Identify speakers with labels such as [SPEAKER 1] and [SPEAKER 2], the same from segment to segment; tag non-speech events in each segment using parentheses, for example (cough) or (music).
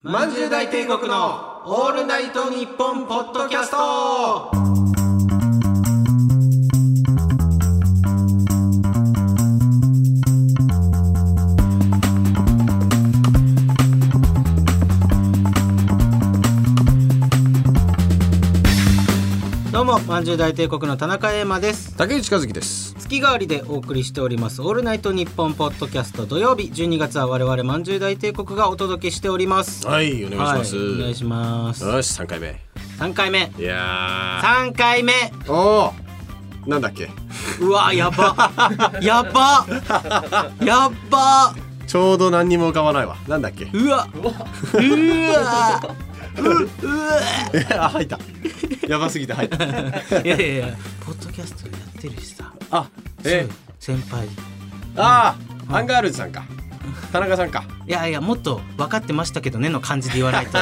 [SPEAKER 1] まんじゅう大帝国のオールナイトニッポンポッドキャストどうもまんじゅう大帝国の田中英馬です
[SPEAKER 2] 竹内和樹です。
[SPEAKER 1] 月替わりでお送りしております「オールナイトニッポン」ポッドキャスト土曜日12月は我々まんじゅう大帝国がお届けしております
[SPEAKER 2] はい、お願いします。
[SPEAKER 1] はいお願いします
[SPEAKER 2] よし、三回目。
[SPEAKER 1] 3回目
[SPEAKER 2] いや
[SPEAKER 1] 3回目
[SPEAKER 2] ー。おお。なんだっけ。
[SPEAKER 1] うわや
[SPEAKER 2] (laughs)
[SPEAKER 1] ばやばやば
[SPEAKER 2] ちょうど何にも浮かばないわ。なんだっけ。
[SPEAKER 1] うわうわううわ
[SPEAKER 2] (laughs) あ、入った。やばすぎて
[SPEAKER 1] (laughs)
[SPEAKER 2] 入った。
[SPEAKER 1] いやいやいやポッドキャストやってるしさ
[SPEAKER 2] あ、え、
[SPEAKER 1] 先輩い
[SPEAKER 2] あー、アンガールズさんか。田中さんか。
[SPEAKER 1] やいやもっと分かってましたけどねの感じで言わ
[SPEAKER 2] (laughs)
[SPEAKER 1] ないと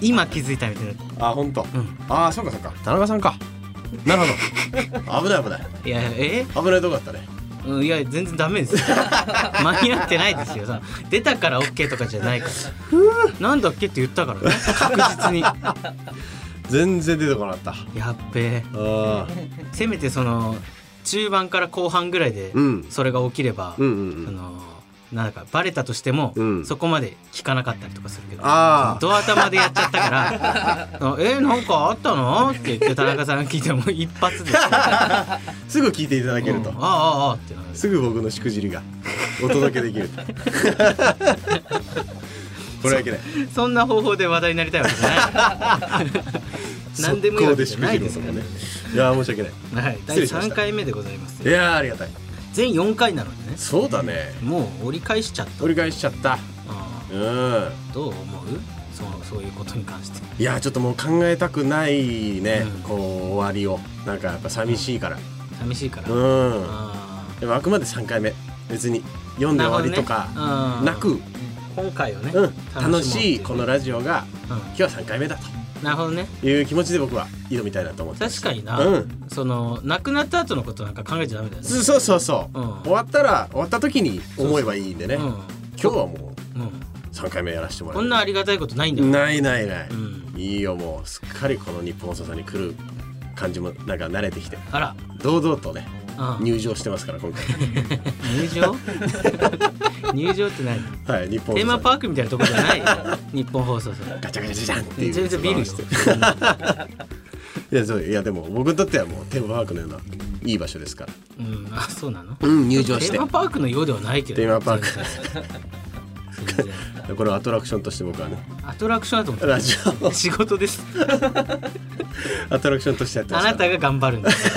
[SPEAKER 1] 今気づいたみたいな
[SPEAKER 2] あ、本当。あー、そうかそうか。田中さんか。なるほど。危ない危ない。
[SPEAKER 1] いやいやえ
[SPEAKER 2] 危ないとこだったね。
[SPEAKER 1] うんいや全然ダメですよ (laughs) 間に合ってないですよさ出たから OK とかじゃないからなんだっけって言ったからね確実にや
[SPEAKER 2] 全然出てこなかった。
[SPEAKER 1] っべえ
[SPEAKER 2] あ
[SPEAKER 1] せめてその中盤から後半ぐらいで
[SPEAKER 2] うん
[SPEAKER 1] それが起きれば、
[SPEAKER 2] ー。うんうんう
[SPEAKER 1] そ
[SPEAKER 2] ん。
[SPEAKER 1] のなんかバレたとしても、
[SPEAKER 2] うん
[SPEAKER 1] そこまで聞かなかったりとかするけど
[SPEAKER 2] あー
[SPEAKER 1] ドア頭でやっちゃったから (laughs) 「そのえなんかあったの?」って言って田中さん聞いても一発
[SPEAKER 2] (laughs)
[SPEAKER 1] で「
[SPEAKER 2] すぐ聞いていただけ
[SPEAKER 1] う
[SPEAKER 2] ると
[SPEAKER 1] んあ。あああ」ってなる
[SPEAKER 2] すぐ僕のしくじりがお届けで
[SPEAKER 1] (laughs)
[SPEAKER 2] きると。これだけない。
[SPEAKER 1] そんな方法で話題になりたいわけじゃない。何
[SPEAKER 2] (laughs)
[SPEAKER 1] でもいいわけじゃないですからね。
[SPEAKER 2] いやー申し訳ない。
[SPEAKER 1] はい、
[SPEAKER 2] 失
[SPEAKER 1] 第
[SPEAKER 2] 礼しまし
[SPEAKER 1] 3
[SPEAKER 2] た
[SPEAKER 1] 回目でございます
[SPEAKER 2] い。やーありがたい。
[SPEAKER 1] 全4回なのでね。
[SPEAKER 2] そうだね。
[SPEAKER 1] もう折り返しちゃった。
[SPEAKER 2] 折り返しちゃった。
[SPEAKER 1] あ
[SPEAKER 2] うん。
[SPEAKER 1] ーどう思うそうそういうことに関して。
[SPEAKER 2] いやーちょっともう考えたくないね。
[SPEAKER 1] うん
[SPEAKER 2] こう終わりをなんかやっぱ寂しいから。
[SPEAKER 1] 寂しいから。あ
[SPEAKER 2] うん。
[SPEAKER 1] あ
[SPEAKER 2] でもあくまで三回目。別に読んで終わりとかな
[SPEAKER 1] なるほどね
[SPEAKER 2] く、
[SPEAKER 1] うん今回をね、
[SPEAKER 2] うん楽しい
[SPEAKER 1] も
[SPEAKER 2] こ
[SPEAKER 1] うって
[SPEAKER 2] の
[SPEAKER 1] う
[SPEAKER 2] ラジオが
[SPEAKER 1] うん
[SPEAKER 2] 今日は三回目だ
[SPEAKER 1] なるほどね
[SPEAKER 2] という気持ちで僕は挑みたいなと思ってます。
[SPEAKER 1] 確かにな、
[SPEAKER 2] うん
[SPEAKER 1] その亡くなった後のことなんか考えちゃダメだよね
[SPEAKER 2] そうそうそう、
[SPEAKER 1] うん
[SPEAKER 2] 終わったら終わった時に思えばいいんでね
[SPEAKER 1] うん
[SPEAKER 2] 今日はも
[SPEAKER 1] うん、
[SPEAKER 2] う3回目やらせてもら
[SPEAKER 1] こ
[SPEAKER 2] うん
[SPEAKER 1] なありがたいことないんだよ、
[SPEAKER 2] ないないない、
[SPEAKER 1] うん、
[SPEAKER 2] いいよもうすっかりこの日本放送さんに来る感じもなんか慣れてきて
[SPEAKER 1] あら、
[SPEAKER 2] 堂々とね
[SPEAKER 1] うん、
[SPEAKER 2] 入場してますから今
[SPEAKER 1] 入場 (laughs) 入場って何
[SPEAKER 2] 回はい日本放送
[SPEAKER 1] テーマ
[SPEAKER 2] ー
[SPEAKER 1] パークみたいなとこじゃないよ日本放送さん
[SPEAKER 2] ガチャガチャガチャガチャンっていう
[SPEAKER 1] 全然ビルよ
[SPEAKER 2] 素晴らしいいやそういやでも僕にとってはもうテーマパークのようないい場所ですから
[SPEAKER 1] うんあそうなの
[SPEAKER 2] うん入場し
[SPEAKER 1] テ
[SPEAKER 2] て
[SPEAKER 1] ーマパークのようではないけど
[SPEAKER 2] テーマパーク
[SPEAKER 1] 全然
[SPEAKER 2] これはアトラクションとして僕はね
[SPEAKER 1] アトラクションだと思って
[SPEAKER 2] ラジオ
[SPEAKER 1] 仕事です
[SPEAKER 2] アトラクションとしてやってま
[SPEAKER 1] あ
[SPEAKER 2] すから
[SPEAKER 1] なたが頑張るんです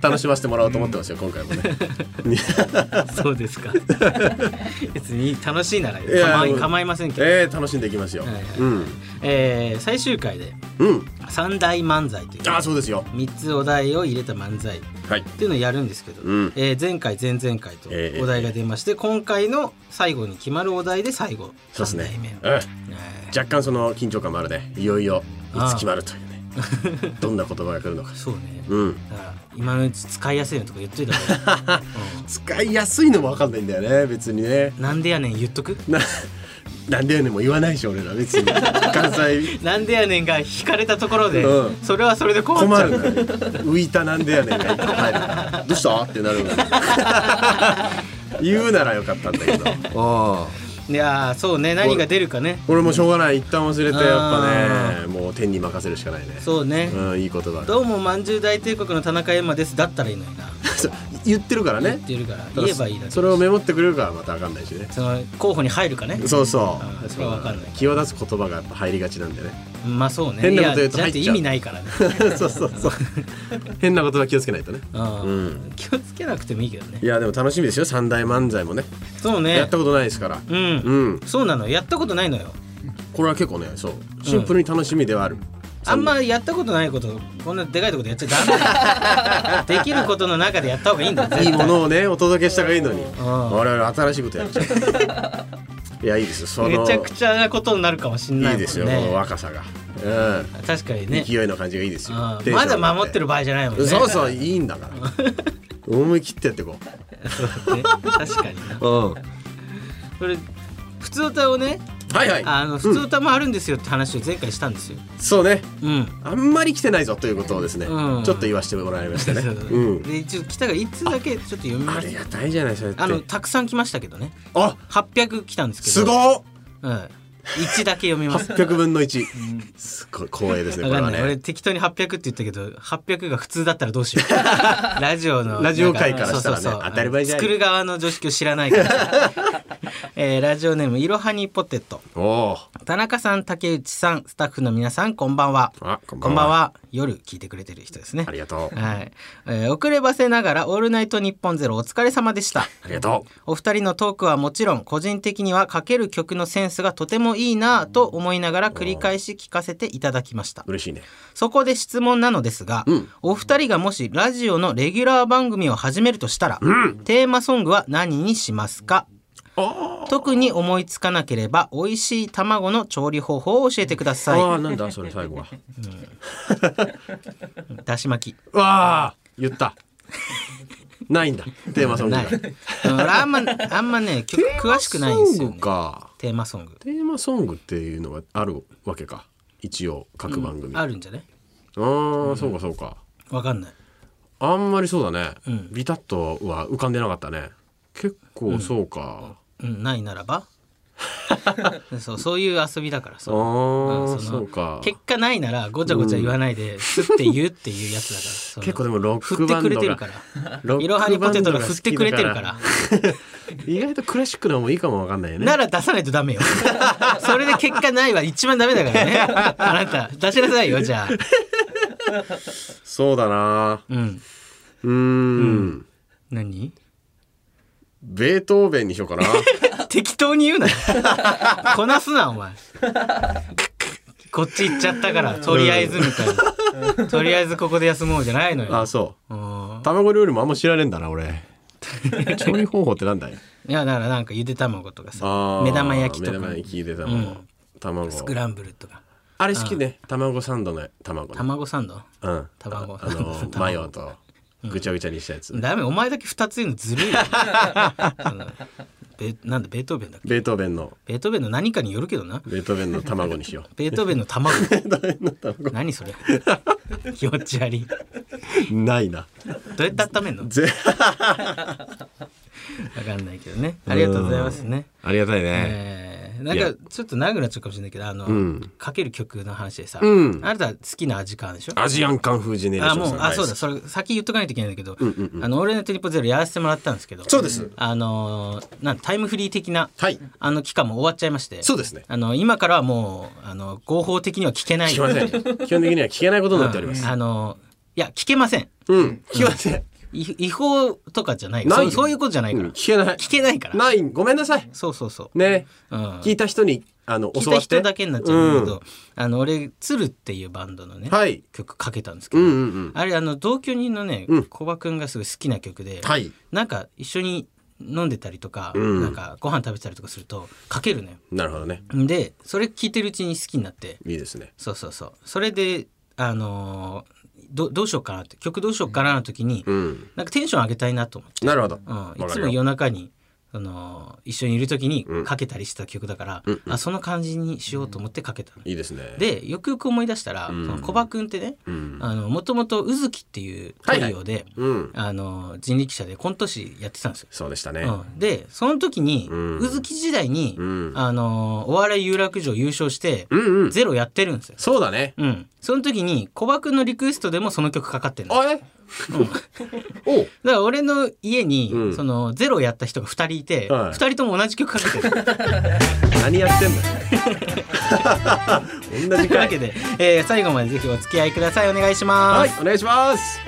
[SPEAKER 2] 楽しませてもらおうと思ってますよ、今回
[SPEAKER 1] (laughs)
[SPEAKER 2] もね
[SPEAKER 1] そうですか別に楽しいなら
[SPEAKER 2] いや
[SPEAKER 1] 構い
[SPEAKER 2] もう
[SPEAKER 1] 構いませんけど、
[SPEAKER 2] えー、楽しんでいきますよ、
[SPEAKER 1] はいはい
[SPEAKER 2] うん
[SPEAKER 1] えー最終回で
[SPEAKER 2] うん
[SPEAKER 1] 三大漫才という
[SPEAKER 2] ああそうですよ
[SPEAKER 1] 3つお題を入れた漫才
[SPEAKER 2] はい
[SPEAKER 1] っていうのをやるんですけど、
[SPEAKER 2] うん
[SPEAKER 1] えー前回前々回と
[SPEAKER 2] ええ
[SPEAKER 1] お題が出まして、今回の最後に決まるお題で最後
[SPEAKER 2] そうですね
[SPEAKER 1] 三題
[SPEAKER 2] うん
[SPEAKER 1] 目え
[SPEAKER 2] 若干その緊張感もあるねいよいよいつ決まるというねどんな言葉が来るのか
[SPEAKER 1] ーそうね、
[SPEAKER 2] うん
[SPEAKER 1] だから今のうち使いやすいのとか言っといた方がいい、
[SPEAKER 2] (laughs) 使いやすいのも分かんないんだよね別にね
[SPEAKER 1] うんなんでやねん言っとく
[SPEAKER 2] ななんでやねんも言わないし俺ら別に関西
[SPEAKER 1] なんでやねんが引かれたところで、
[SPEAKER 2] うん
[SPEAKER 1] それはそれで困っち
[SPEAKER 2] 困
[SPEAKER 1] ゃう
[SPEAKER 2] るんだよね浮いたなんでやねんが一個入るからどうしたってなるんだよ言うならよかったんだ
[SPEAKER 1] (laughs)
[SPEAKER 2] けどああ
[SPEAKER 1] いやーそうね何が出るかね
[SPEAKER 2] 俺もしょうがない一旦忘れてやっ
[SPEAKER 1] あ
[SPEAKER 2] ぱねもう天に任せるしかないね
[SPEAKER 1] そうね、
[SPEAKER 2] うんいい言葉だ
[SPEAKER 1] どうもまんじゅう大帝国の田中山ですだったらいいのにな
[SPEAKER 2] (laughs) そう言ってるからね
[SPEAKER 1] 言ってるから言えばいいだけだし
[SPEAKER 2] それをメモってくれるからまた分かんないしね
[SPEAKER 1] その候補に入るかね
[SPEAKER 2] そうそ
[SPEAKER 1] あ
[SPEAKER 2] う。
[SPEAKER 1] それは分かんない
[SPEAKER 2] 際立つ言葉がやっぱ入りがちなんでね。 (laughs)
[SPEAKER 1] まあそうね
[SPEAKER 2] 変なこと言うと
[SPEAKER 1] いや
[SPEAKER 2] 入っ
[SPEAKER 1] じ
[SPEAKER 2] ち
[SPEAKER 1] ゃ
[SPEAKER 2] ゃう
[SPEAKER 1] あ意味ないからね、
[SPEAKER 2] そうそうそう。変な言葉気をつけないとね。
[SPEAKER 1] うん
[SPEAKER 2] うん
[SPEAKER 1] 気をつけなくてもいいけどね
[SPEAKER 2] いやでも楽しみですよ。三大漫才もね。
[SPEAKER 1] そうね
[SPEAKER 2] やったことないですから。
[SPEAKER 1] うん、
[SPEAKER 2] うん。
[SPEAKER 1] そうなのやったことないのよ
[SPEAKER 2] これは結構ね、そうシンプルに楽しみではある。
[SPEAKER 1] あんまやったことないことこんなでかいとこでやっちゃ
[SPEAKER 2] (laughs)
[SPEAKER 1] ダメだよできることの中でやった方がいいんだよ
[SPEAKER 2] いいものをねお届けした方がいいのに。
[SPEAKER 1] ん
[SPEAKER 2] 我々新しいことやっちゃう。
[SPEAKER 1] (laughs)
[SPEAKER 2] いやいいですよ。その
[SPEAKER 1] めちゃくちゃなことになるかもしんないもん、ね、
[SPEAKER 2] いいですよ。この若さが。うん。
[SPEAKER 1] 確かにね
[SPEAKER 2] 勢いの感じがいいですよ
[SPEAKER 1] あ。
[SPEAKER 2] テ
[SPEAKER 1] ー
[SPEAKER 2] ン
[SPEAKER 1] ま
[SPEAKER 2] ションが
[SPEAKER 1] だ
[SPEAKER 2] 上が
[SPEAKER 1] 守ってる場合じゃないもんね
[SPEAKER 2] そう
[SPEAKER 1] う
[SPEAKER 2] そういいんだから。
[SPEAKER 1] (laughs)
[SPEAKER 2] 思い切ってやっていこ
[SPEAKER 1] ね確かにな
[SPEAKER 2] う。うん。
[SPEAKER 1] これ普通歌をね
[SPEAKER 2] はいはい
[SPEAKER 1] あの普通歌もあるんですよって話を前回したんですよ。
[SPEAKER 2] そうね
[SPEAKER 1] うん
[SPEAKER 2] あんまり来てないぞということをですね、
[SPEAKER 1] うん
[SPEAKER 2] ちょっと言わせてもらいましたね。
[SPEAKER 1] そうそう
[SPEAKER 2] うん、
[SPEAKER 1] で一応来たが一通だけちょっと読み
[SPEAKER 2] あ
[SPEAKER 1] ま
[SPEAKER 2] り
[SPEAKER 1] した
[SPEAKER 2] がたいじゃないそれって。
[SPEAKER 1] あのたくさん来ましたけどね
[SPEAKER 2] あ
[SPEAKER 1] 800来たんですけど
[SPEAKER 2] すごっ
[SPEAKER 1] うん、一だけ読み
[SPEAKER 2] (laughs)
[SPEAKER 1] ます。
[SPEAKER 2] !800 分の1。すごい光栄ですね、
[SPEAKER 1] わ
[SPEAKER 2] これ
[SPEAKER 1] かん
[SPEAKER 2] は
[SPEAKER 1] ない。俺
[SPEAKER 2] ね。
[SPEAKER 1] 適当に800って言ったけど、800が普通だったらどうしよ
[SPEAKER 2] (laughs)
[SPEAKER 1] う。ラジオの
[SPEAKER 2] ラジオ界からしたらね
[SPEAKER 1] そうそうそう
[SPEAKER 2] 当たり前じゃない
[SPEAKER 1] 作る側の常識を知らないから。 (laughs) えーラジオネームいろはにポテト。
[SPEAKER 2] おお
[SPEAKER 1] 田中さん、竹内さん、スタッフの皆さん、こんばんは。
[SPEAKER 2] あこんば
[SPEAKER 1] こん
[SPEAKER 2] んは
[SPEAKER 1] ばんは。夜聞いてくれてる人ですね
[SPEAKER 2] あ。りがとう。
[SPEAKER 1] はい、えー遅ればせながらオールナイトニッポンゼロお疲れ様でした。
[SPEAKER 2] ありがと
[SPEAKER 1] お二人のトークはもちろん個人的にはかける曲のセンスがとてもいいなぁと思いながら繰り返し聞かせていただきました
[SPEAKER 2] う。嬉しいね。
[SPEAKER 1] そこで質問なのですが、
[SPEAKER 2] うん
[SPEAKER 1] お二人がもしラジオのレギュラー番組を始めるとしたら、テーマソングは何にしますか
[SPEAKER 2] あ
[SPEAKER 1] 特に思いつかなければ美味しい卵の調理方法を教えてくだ
[SPEAKER 2] あ、
[SPEAKER 1] さ
[SPEAKER 2] あーなんだそれ最後は。
[SPEAKER 1] いだし巻き
[SPEAKER 2] わあ言った。ないんだ。テーマソングが。
[SPEAKER 1] ないうん俺あんまあんまね曲詳しくないんですよ、
[SPEAKER 2] テーマソン
[SPEAKER 1] ね
[SPEAKER 2] グ、か。
[SPEAKER 1] テーマソング
[SPEAKER 2] テーマソングっていうのはあるわけか。一応、各番組。あ
[SPEAKER 1] あるんじゃない
[SPEAKER 2] あー、そうかそうか。
[SPEAKER 1] わかんない
[SPEAKER 2] あんまりそうだね、
[SPEAKER 1] ん
[SPEAKER 2] ビタッとは浮かんでなかったね結構そうか、
[SPEAKER 1] うん、ないなら
[SPEAKER 2] (laughs)
[SPEAKER 1] ばそうそういう遊びだからそう
[SPEAKER 2] あ
[SPEAKER 1] う
[SPEAKER 2] あ
[SPEAKER 1] ん
[SPEAKER 2] そ
[SPEAKER 1] その
[SPEAKER 2] うか
[SPEAKER 1] 結果ないならごちゃごちゃ言わないで、すって言うっていうやつだからその
[SPEAKER 2] 結構でもロッ
[SPEAKER 1] 振
[SPEAKER 2] ク
[SPEAKER 1] って
[SPEAKER 2] バンド
[SPEAKER 1] くれ
[SPEAKER 2] が
[SPEAKER 1] てるから
[SPEAKER 2] ロ
[SPEAKER 1] い
[SPEAKER 2] ッ
[SPEAKER 1] ろは
[SPEAKER 2] ク
[SPEAKER 1] に
[SPEAKER 2] バ
[SPEAKER 1] ポ
[SPEAKER 2] ン
[SPEAKER 1] テ
[SPEAKER 2] ド
[SPEAKER 1] ト
[SPEAKER 2] が
[SPEAKER 1] が
[SPEAKER 2] 好
[SPEAKER 1] 振っ
[SPEAKER 2] き
[SPEAKER 1] てくれ
[SPEAKER 2] だ
[SPEAKER 1] て
[SPEAKER 2] か
[SPEAKER 1] る
[SPEAKER 2] ら
[SPEAKER 1] から
[SPEAKER 2] (laughs) 意外とクラシックのもいいかもわかんないよね
[SPEAKER 1] なら出さないとダ
[SPEAKER 2] (laughs)
[SPEAKER 1] メよそれで結果ないは一番ダメだからねあなた出しなさいよじゃあ
[SPEAKER 2] そうだな
[SPEAKER 1] うん
[SPEAKER 2] うーん
[SPEAKER 1] 何
[SPEAKER 2] ベートーベンにしようかな
[SPEAKER 1] 適当に言うなよこなすなお前こっち行っちゃったからとりあえずみたいなとりあえずここで休もうじゃないのよ
[SPEAKER 2] あそううん卵料理もあんま知らねえんだ
[SPEAKER 1] (laughs)
[SPEAKER 2] な俺調理方法ってなんだよ
[SPEAKER 1] いやだからなんかゆで卵とか
[SPEAKER 2] あ
[SPEAKER 1] さ
[SPEAKER 2] ー
[SPEAKER 1] 目玉焼きと
[SPEAKER 2] 目
[SPEAKER 1] か
[SPEAKER 2] 玉焼きで卵、
[SPEAKER 1] うん
[SPEAKER 2] 卵
[SPEAKER 1] スクランブルとか
[SPEAKER 2] あれ好きね卵サンドの卵ね
[SPEAKER 1] 卵サンド
[SPEAKER 2] うん
[SPEAKER 1] 卵
[SPEAKER 2] ああのマヨとぐちゃぐちゃにしたやつ、
[SPEAKER 1] ダメお前だけ2つ言うのずるいよ (laughs) そのベなんだベートーベンだっけ
[SPEAKER 2] ベートーベンの
[SPEAKER 1] ベートーベンの何かによるけどな
[SPEAKER 2] ベートーベンの卵にしよ
[SPEAKER 1] ベートーベンの
[SPEAKER 2] (laughs)
[SPEAKER 1] 卵
[SPEAKER 2] うベートーベンの卵
[SPEAKER 1] 何それ気持ち悪いど (laughs)
[SPEAKER 2] ないな
[SPEAKER 1] うやって温めんの (laughs) わ
[SPEAKER 2] ぜ
[SPEAKER 1] かんないけどねありがとうございますね
[SPEAKER 2] ありがたいね、
[SPEAKER 1] えーなんかちょっと長くなっちゃうかもしれないけどあの、
[SPEAKER 2] ん
[SPEAKER 1] かける曲の話でさ、
[SPEAKER 2] うん
[SPEAKER 1] あなた好きな味感でしょ
[SPEAKER 2] アジアンカンフージェネレー
[SPEAKER 1] あ
[SPEAKER 2] ション
[SPEAKER 1] も
[SPEAKER 2] さ
[SPEAKER 1] うんあ
[SPEAKER 2] 大
[SPEAKER 1] そ
[SPEAKER 2] 好き
[SPEAKER 1] うだそれ先言っとかないといけないんだけど「あのオールナイトニッポンゼロやらせてもらったんですけど
[SPEAKER 2] そうです
[SPEAKER 1] あのーなんタイムフリー的な、
[SPEAKER 2] はい
[SPEAKER 1] あの期間も終わっちゃいまして
[SPEAKER 2] そうですね
[SPEAKER 1] あの今からはもうあの合法的には聞けない
[SPEAKER 2] 聞きません基本的には聞けないことになっております
[SPEAKER 1] うんあのいや聞けません
[SPEAKER 2] うん、聞きません、
[SPEAKER 1] い違法とかじゃないそ
[SPEAKER 2] ない
[SPEAKER 1] う
[SPEAKER 2] よ
[SPEAKER 1] そういうことじゃないから、
[SPEAKER 2] うん聞けない
[SPEAKER 1] 聞けないから
[SPEAKER 2] ないごめんなさい
[SPEAKER 1] そうそうそう、
[SPEAKER 2] ね、
[SPEAKER 1] うん、
[SPEAKER 2] 聞いた人にあの
[SPEAKER 1] 聞いた
[SPEAKER 2] 教わって
[SPEAKER 1] 人だけになっちゃうんだけど、
[SPEAKER 2] ん
[SPEAKER 1] あの俺「鶴」っていうバンドのね、
[SPEAKER 2] はい
[SPEAKER 1] 曲かけたんですけ
[SPEAKER 2] う
[SPEAKER 1] ど、
[SPEAKER 2] んうんうん
[SPEAKER 1] あれあの同居人のね
[SPEAKER 2] うん
[SPEAKER 1] コバくんがすごい好きな曲で、
[SPEAKER 2] はい
[SPEAKER 1] なんか一緒に飲んでたりとか、
[SPEAKER 2] うん
[SPEAKER 1] なんかご飯食べてたりとかするとかけるのよ。
[SPEAKER 2] なるほどね
[SPEAKER 1] でそれ聞いてるうちに好きになって
[SPEAKER 2] いいですね
[SPEAKER 1] そうそうそうそれであのーどどうしようかなって曲どうしようかなの時に、
[SPEAKER 2] うん
[SPEAKER 1] なんかテンション上げたいなと思って、
[SPEAKER 2] なるほど、
[SPEAKER 1] うん、い
[SPEAKER 2] わか
[SPEAKER 1] つ
[SPEAKER 2] る
[SPEAKER 1] も
[SPEAKER 2] よ
[SPEAKER 1] 夜中にその一緒にいる時に
[SPEAKER 2] うん
[SPEAKER 1] かけたりしてた曲だから、
[SPEAKER 2] うんうん
[SPEAKER 1] あその感じにしようと思ってかけたの。
[SPEAKER 2] いいですね
[SPEAKER 1] でよくよく思い出したら、
[SPEAKER 2] うん
[SPEAKER 1] そのコバくんってね
[SPEAKER 2] うん
[SPEAKER 1] もともと「うずき」っていうトリオで、
[SPEAKER 2] うん
[SPEAKER 1] あの人力車でコント師やってたんですよ。
[SPEAKER 2] そうでしたね、
[SPEAKER 1] うん、でその時に、
[SPEAKER 2] うん
[SPEAKER 1] うずき時代に、
[SPEAKER 2] うん
[SPEAKER 1] あのお笑い有楽町優勝して、
[SPEAKER 2] うんうん
[SPEAKER 1] ゼロやってるんですよ。
[SPEAKER 2] そうだね
[SPEAKER 1] うん、その時に小バくんのリクエストでもその曲かかってるのだか
[SPEAKER 2] あえ、 (laughs) おう
[SPEAKER 1] ら俺の家に、
[SPEAKER 2] うん
[SPEAKER 1] そのゼロやった人が2人いて、
[SPEAKER 2] はい
[SPEAKER 1] 2人とも同じ曲かけてる
[SPEAKER 2] 何やってんだよ (laughs)
[SPEAKER 1] と
[SPEAKER 2] 同じ
[SPEAKER 1] (laughs) いうわ
[SPEAKER 2] 回
[SPEAKER 1] け
[SPEAKER 2] (laughs)
[SPEAKER 1] で、えー最後までぜひお付き合いくださいお願いします。
[SPEAKER 2] はいお願いします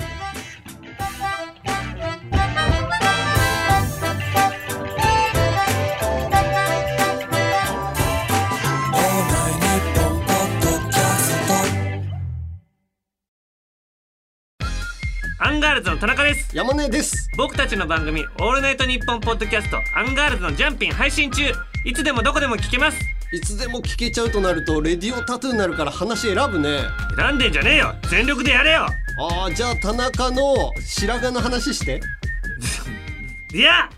[SPEAKER 3] アンガールズの田中です
[SPEAKER 2] 山根です
[SPEAKER 3] 僕たちの番組「オールナイトニッポン」ポッドキャスト「アンガールズのジャンピン」配信中いつでもどこでも聞けます
[SPEAKER 4] いつでも聞けちゃうとなるとレディオタトゥーになるから話選ぶね
[SPEAKER 3] 選んでんじゃねえよ全力でやれよ
[SPEAKER 4] あーじゃあ田中の白髪の話して
[SPEAKER 3] いや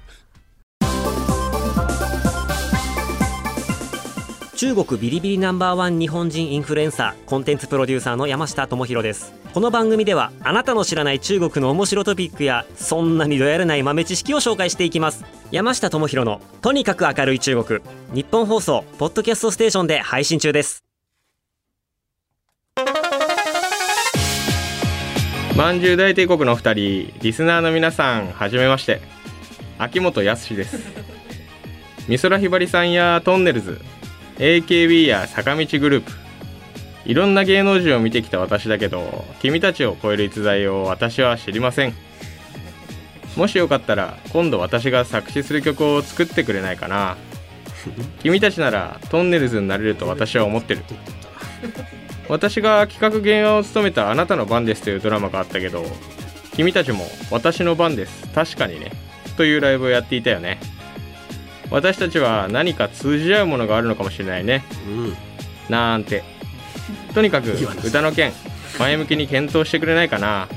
[SPEAKER 5] 中国ビリビリナンバーワン日本人インフルエンサーコンテンツプロデューサーの山下智博ですこの番組ではあなたの知らない中国の面白トピックやそんなにどやらない豆知識を紹介していきます山下智博のとにかく明るい中国日本放送ポッドキャストステーションで配信中です
[SPEAKER 6] まんじゅう大帝国のお二人リスナーの皆さんはじめまして秋元康です美空ひばりさんやトンネルズ AKB や坂道グループいろんな芸能人を見てきた私だけど君たちを超える逸材を私は知りませんもしよかったら今度私が作詞する曲を作ってくれないかな君たちならトンネルズになれると私は思ってる私が企画原案を務めた「あなたの番です」というドラマがあったけど君たちも「私の番です確かにね」というライブをやっていたよね私たちは何か通じ合うものがあるのかもしれないね
[SPEAKER 2] うん
[SPEAKER 6] なんてとにかく歌の件前向きに検討してくれないかな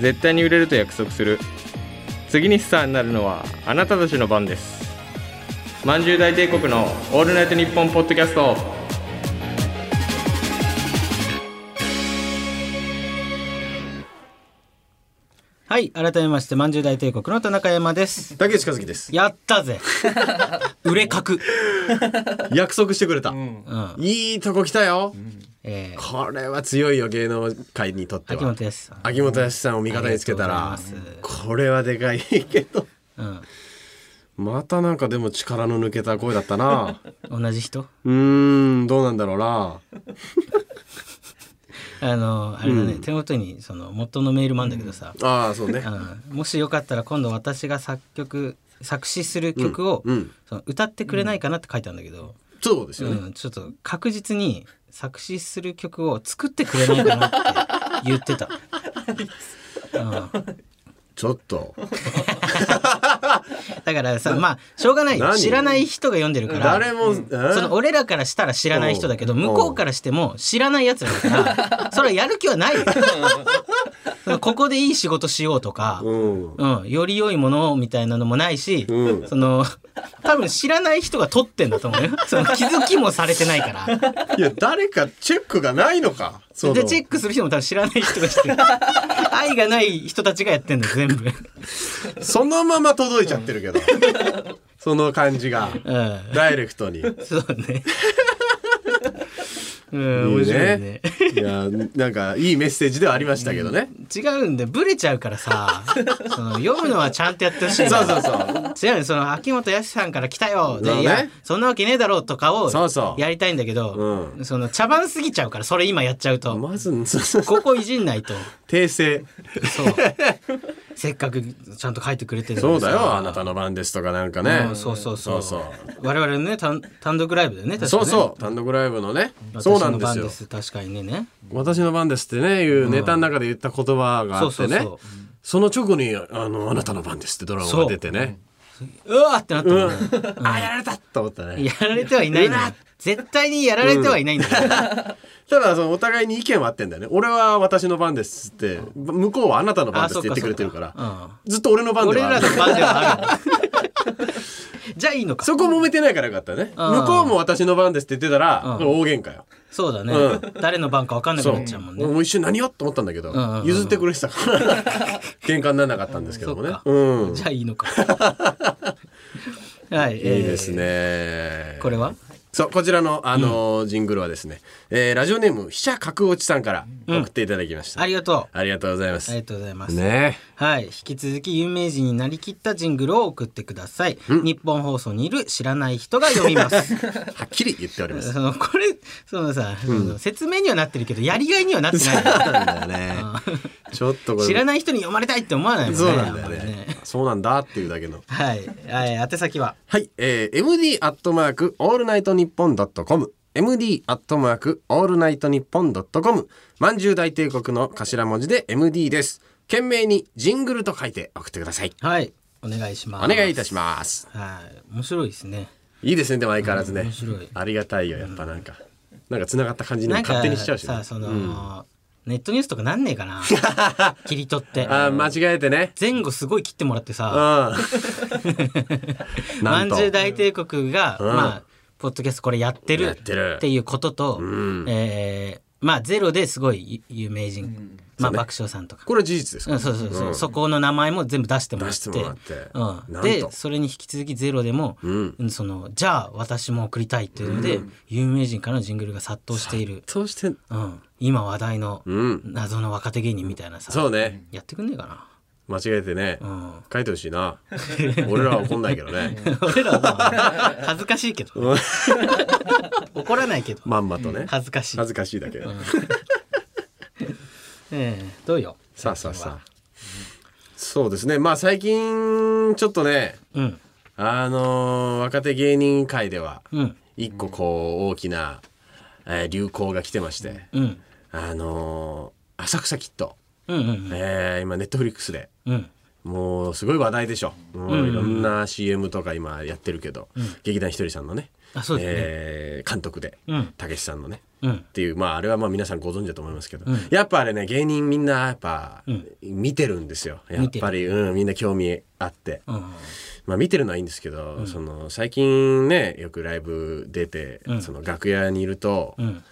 [SPEAKER 6] 絶対に売れると約束する次にスターになるのはあなたたちの番ですまんじゅう大帝国の「オールナイトニッポン」ポッドキャスト
[SPEAKER 1] はい改めましてまんじゅう大帝国の田中山です
[SPEAKER 2] 竹内和
[SPEAKER 1] (laughs)
[SPEAKER 2] 樹です
[SPEAKER 1] やった
[SPEAKER 2] (laughs)
[SPEAKER 1] ぜ売れ格
[SPEAKER 2] 約束してくれた、
[SPEAKER 1] うん
[SPEAKER 2] いいとこ来たよ、
[SPEAKER 1] えー
[SPEAKER 2] これは強いよ芸能界にとっては
[SPEAKER 1] 秋元康さん
[SPEAKER 2] 秋元康さんを味方につけたら
[SPEAKER 1] ありがとうござい
[SPEAKER 2] これはでかいけどまたなんかでも力の抜けた声だったな
[SPEAKER 1] うん同じ人
[SPEAKER 2] うーんどうなんだろうな
[SPEAKER 1] あのあれだね、手元にその元のメールもあるんだけどさ、
[SPEAKER 2] ああそうね
[SPEAKER 1] うんもしよかったら今度私が作曲作詞する曲を、
[SPEAKER 2] うんうん
[SPEAKER 1] その歌ってくれないかなって書いたんだけど、
[SPEAKER 2] そうです
[SPEAKER 1] う
[SPEAKER 2] よ
[SPEAKER 1] ん
[SPEAKER 2] ね、
[SPEAKER 1] ちょっと確実に作詞する曲を作ってくれないかなって言って
[SPEAKER 2] (laughs)
[SPEAKER 1] た。うん
[SPEAKER 2] ちょっと
[SPEAKER 1] だからさまあしょうがないよ
[SPEAKER 2] 何
[SPEAKER 1] 知らない人が読んでるから
[SPEAKER 2] 誰も、え
[SPEAKER 1] その俺らからしたら知らない人だけど
[SPEAKER 2] うん
[SPEAKER 1] 向こうからしても知らないやつらだからそれはやる気は
[SPEAKER 2] (laughs)
[SPEAKER 1] ないよそのここでいい仕事しようとか、
[SPEAKER 2] うん
[SPEAKER 1] うん、より良いものをみたいなのもないし、
[SPEAKER 2] うん
[SPEAKER 1] その多分知らない人が撮ってんだと思
[SPEAKER 2] (laughs)
[SPEAKER 1] うよその気づきもされてないから
[SPEAKER 2] いや誰かチェックがないのかその
[SPEAKER 1] でチェックする人も多分知らない人が
[SPEAKER 2] (laughs)
[SPEAKER 1] してる愛がない人たちがやってんだよ全部、
[SPEAKER 2] そのまま届いちゃってるけど
[SPEAKER 1] (laughs)
[SPEAKER 2] その感じが
[SPEAKER 1] うん、
[SPEAKER 2] ダイレクトに。
[SPEAKER 1] そう
[SPEAKER 2] (laughs)
[SPEAKER 1] ねうん面白いね
[SPEAKER 2] いやなんかいいメッセージではありましたけどね。
[SPEAKER 1] 違うんでブレちゃうからさその読むのはちゃんとやってほしい
[SPEAKER 2] そうそうそう。
[SPEAKER 1] 違うよその秋元康さんから来たよで、
[SPEAKER 2] そうね
[SPEAKER 1] いやそんなわけねえだろうとかを
[SPEAKER 2] そうそう
[SPEAKER 1] やりたいんだけど
[SPEAKER 2] う
[SPEAKER 1] その茶番すぎちゃうからそれ今やっちゃうと、
[SPEAKER 2] まずそうそう
[SPEAKER 1] ここいじんないと
[SPEAKER 2] 訂正。
[SPEAKER 1] そう (laughs) せっかくちゃんと書いてくれてるの
[SPEAKER 2] そう
[SPEAKER 1] にさ
[SPEAKER 2] だよあなたの番ですとかなんか
[SPEAKER 1] う
[SPEAKER 2] ね。
[SPEAKER 1] んそうそうそう
[SPEAKER 2] そう
[SPEAKER 1] 我々のね単単独ライブでね確かね
[SPEAKER 2] そうそう単独ライブのね。
[SPEAKER 1] 私
[SPEAKER 2] そうなん
[SPEAKER 1] の
[SPEAKER 2] です
[SPEAKER 1] 番で
[SPEAKER 2] よ。
[SPEAKER 1] す確かにねね
[SPEAKER 2] 私の番ですってねいうネタの中で言った言葉があ
[SPEAKER 1] う
[SPEAKER 2] ってね。
[SPEAKER 1] んそうそうそう
[SPEAKER 2] その直後にあのあなたの番ですってドラマが出てね。
[SPEAKER 1] うわーってなったもんね、
[SPEAKER 2] (laughs) あやられたと思ったね。
[SPEAKER 1] やられてはいないんだよ絶対にやられてはいないんだよ、
[SPEAKER 2] ただそのお互いに意見はあってんだよね。俺は私の番ですって向こうはあなたの番
[SPEAKER 1] あ
[SPEAKER 2] です
[SPEAKER 1] そう
[SPEAKER 2] って言ってくれてるか
[SPEAKER 1] そう
[SPEAKER 2] ら。
[SPEAKER 1] うん
[SPEAKER 2] ずっと俺の番で
[SPEAKER 1] 俺
[SPEAKER 2] はあ
[SPEAKER 1] ら
[SPEAKER 2] る
[SPEAKER 1] の番ではある (laughs) じゃあいいのか
[SPEAKER 2] そこ揉めてないからよかったね。
[SPEAKER 1] うん
[SPEAKER 2] 向こうも私の番ですって言ってたら、
[SPEAKER 1] うん
[SPEAKER 2] 大喧嘩よ。
[SPEAKER 1] そうだね、
[SPEAKER 2] う
[SPEAKER 1] 誰の番か分かんなく
[SPEAKER 2] そう。
[SPEAKER 1] なっちゃうもんね
[SPEAKER 2] 俺もう一瞬何よと思ったんだけど、
[SPEAKER 1] んうんうん
[SPEAKER 2] 譲ってくれてたから
[SPEAKER 1] (laughs)
[SPEAKER 2] 喧嘩にならなかったんですけどもね
[SPEAKER 1] そっ。か
[SPEAKER 2] うん。
[SPEAKER 1] じゃあいいの
[SPEAKER 2] (laughs)
[SPEAKER 1] かはい、
[SPEAKER 2] いいです
[SPEAKER 1] え
[SPEAKER 2] ね
[SPEAKER 1] ー。これは
[SPEAKER 2] そうこちらのあのージングルはですね、えーラジオネーム飛車角落ちさんから送っていただきました。
[SPEAKER 1] ありがとう
[SPEAKER 2] ありがとうございま
[SPEAKER 1] あ
[SPEAKER 2] す。
[SPEAKER 1] り
[SPEAKER 2] ね
[SPEAKER 1] がとうございます、
[SPEAKER 2] え。
[SPEAKER 1] はい引き続き有名人になりきったジングルを送ってください、日本放送にいる知らない人が読みます
[SPEAKER 2] (laughs) はっきり言って
[SPEAKER 1] (laughs)
[SPEAKER 2] おります。
[SPEAKER 1] そのこれそのさ、その説明にはなってるけどやりがいにはなってない
[SPEAKER 2] (laughs) そうなんだよね。ちょっとこれ
[SPEAKER 1] 知らない人に読まれたいって思わないもんね
[SPEAKER 2] そうなんだよ
[SPEAKER 1] やっぱり
[SPEAKER 2] ね。そうなんだっていうだけの。
[SPEAKER 1] はい、はい、宛先は
[SPEAKER 2] はい、えー、MD アットマークオールナイトニッポンドットコム MD アットマークオールナイトニッポンドットコムまんじゅう大帝国の頭文字で MD です懸命にジングルと書いて送ってください
[SPEAKER 1] はい、お願いします。
[SPEAKER 2] お願いいたします
[SPEAKER 1] はい、面白いですね。
[SPEAKER 2] いいですねでも相変わらずね
[SPEAKER 1] 面白い
[SPEAKER 2] ありがたいよやっぱなんかなんか繋がった感じにも
[SPEAKER 1] なんか
[SPEAKER 2] 勝手にしちゃうしね、
[SPEAKER 1] さ、その、ネットニュースとかなんねえか
[SPEAKER 2] (laughs)
[SPEAKER 1] な。切り取って。
[SPEAKER 2] あー間違えてね
[SPEAKER 1] 前後すごい切ってもらって
[SPEAKER 2] うん
[SPEAKER 1] さ、
[SPEAKER 2] な
[SPEAKER 1] ま
[SPEAKER 2] ん
[SPEAKER 1] ん (laughs)
[SPEAKER 2] と
[SPEAKER 1] じゅう大帝国が、
[SPEAKER 2] ん
[SPEAKER 1] まあ、ポッドキャストこれやってる
[SPEAKER 2] やってる
[SPEAKER 1] っていうことと、
[SPEAKER 2] ん
[SPEAKER 1] えーまあゼロですごい有名人、まあ、
[SPEAKER 2] そうね
[SPEAKER 1] 爆笑さんとか
[SPEAKER 2] これは事実です
[SPEAKER 1] う
[SPEAKER 2] か
[SPEAKER 1] ん、そうそうそう、
[SPEAKER 2] ん
[SPEAKER 1] そこの名前も全部出してもらって
[SPEAKER 2] 出してもらって
[SPEAKER 1] うん、
[SPEAKER 2] なんと
[SPEAKER 1] でそれに引き続き「ゼロでも、
[SPEAKER 2] うん
[SPEAKER 1] うんそのじゃあ私も送りたいっていうので、有名人からのジングルが殺到している、
[SPEAKER 2] そうして
[SPEAKER 1] うん、今話題の
[SPEAKER 2] うん
[SPEAKER 1] 謎の若手芸人みたいなさ、
[SPEAKER 2] そうね
[SPEAKER 1] やってくんねえか
[SPEAKER 2] 間違えてね
[SPEAKER 1] な、うん、
[SPEAKER 2] 書いてほしいな俺らは怒んないけどね
[SPEAKER 1] (laughs) 俺らはまあ恥ずかしいけど、 (laughs) 怒らないけど
[SPEAKER 2] まんまとね
[SPEAKER 1] 恥ずかしい、
[SPEAKER 2] 恥ずかしいだけ
[SPEAKER 1] ええどうよ
[SPEAKER 2] さあさあさあそうですねまあ最近ちょっとね
[SPEAKER 1] うん
[SPEAKER 2] あのー若手芸人界では
[SPEAKER 1] うん
[SPEAKER 2] 一個こう大きな、えー流行が来てまして、
[SPEAKER 1] うん
[SPEAKER 2] あのー浅草キッド、
[SPEAKER 1] うんうん
[SPEAKER 2] えー今ネットフリックスで
[SPEAKER 1] うん
[SPEAKER 2] もうすごい話題でしょ、もういろんな CM とか今やってるけど、劇団ひとりさんのね
[SPEAKER 1] あそうだね
[SPEAKER 2] えー監督で
[SPEAKER 1] うん
[SPEAKER 2] たけしさんのね
[SPEAKER 1] うん
[SPEAKER 2] っていうまああれはまあ皆さんご存知だと思いますけど、やっぱあれね芸人みんなやっぱ見てるんですよやっぱり、うん、みんな興味あって、
[SPEAKER 1] うん
[SPEAKER 2] まあ、見てるのはいいんですけど、その最近ねよくライブ出て、その楽屋にいると、
[SPEAKER 1] うん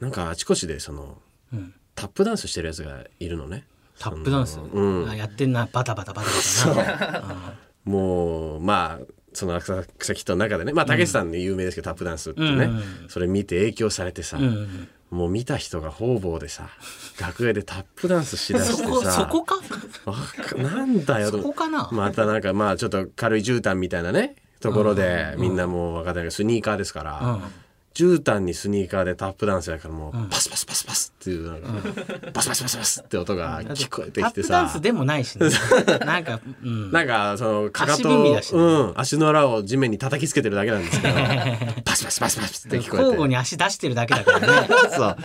[SPEAKER 2] なんかあちこちでその
[SPEAKER 1] うん
[SPEAKER 2] タップダンスしてるやつがいるのね
[SPEAKER 1] タップダンス、
[SPEAKER 2] そのうん
[SPEAKER 1] あやってんなバタバタバタバタな
[SPEAKER 2] もうまあその浅草キッドの中でねまあたけしさんで有名ですけど、タップダンスってね、
[SPEAKER 1] うん
[SPEAKER 2] それ見て影響されてさ、
[SPEAKER 1] うんうん
[SPEAKER 2] もう見た人が方々でさ楽屋でタップダンスしだして
[SPEAKER 1] そ
[SPEAKER 2] さ
[SPEAKER 1] こそこか
[SPEAKER 2] わかなんだよ
[SPEAKER 1] そこかな
[SPEAKER 2] またなんかまあちょっと軽い絨毯みたいなねところでみんなもう分かんないけどスニーカーですから、
[SPEAKER 1] うん
[SPEAKER 2] 絨毯にスニーカーでタップダンスやからもうパスパスパスパスっていうなんかバスバスバスバスって音が聞こえて
[SPEAKER 1] タッ
[SPEAKER 2] きて
[SPEAKER 1] プダン
[SPEAKER 2] さ
[SPEAKER 1] スでもない
[SPEAKER 2] (laughs)
[SPEAKER 1] しねなんかうん
[SPEAKER 2] なんかそのかか
[SPEAKER 1] 足
[SPEAKER 2] と
[SPEAKER 1] 踏み
[SPEAKER 2] を
[SPEAKER 1] だしね
[SPEAKER 2] うん足の裏を地面に叩きつけてるだけなんで
[SPEAKER 1] (laughs)
[SPEAKER 2] すけどパスパスパスパスって聞こえて
[SPEAKER 1] 交互に足出してるだけだから
[SPEAKER 2] (laughs)
[SPEAKER 1] ね
[SPEAKER 2] そう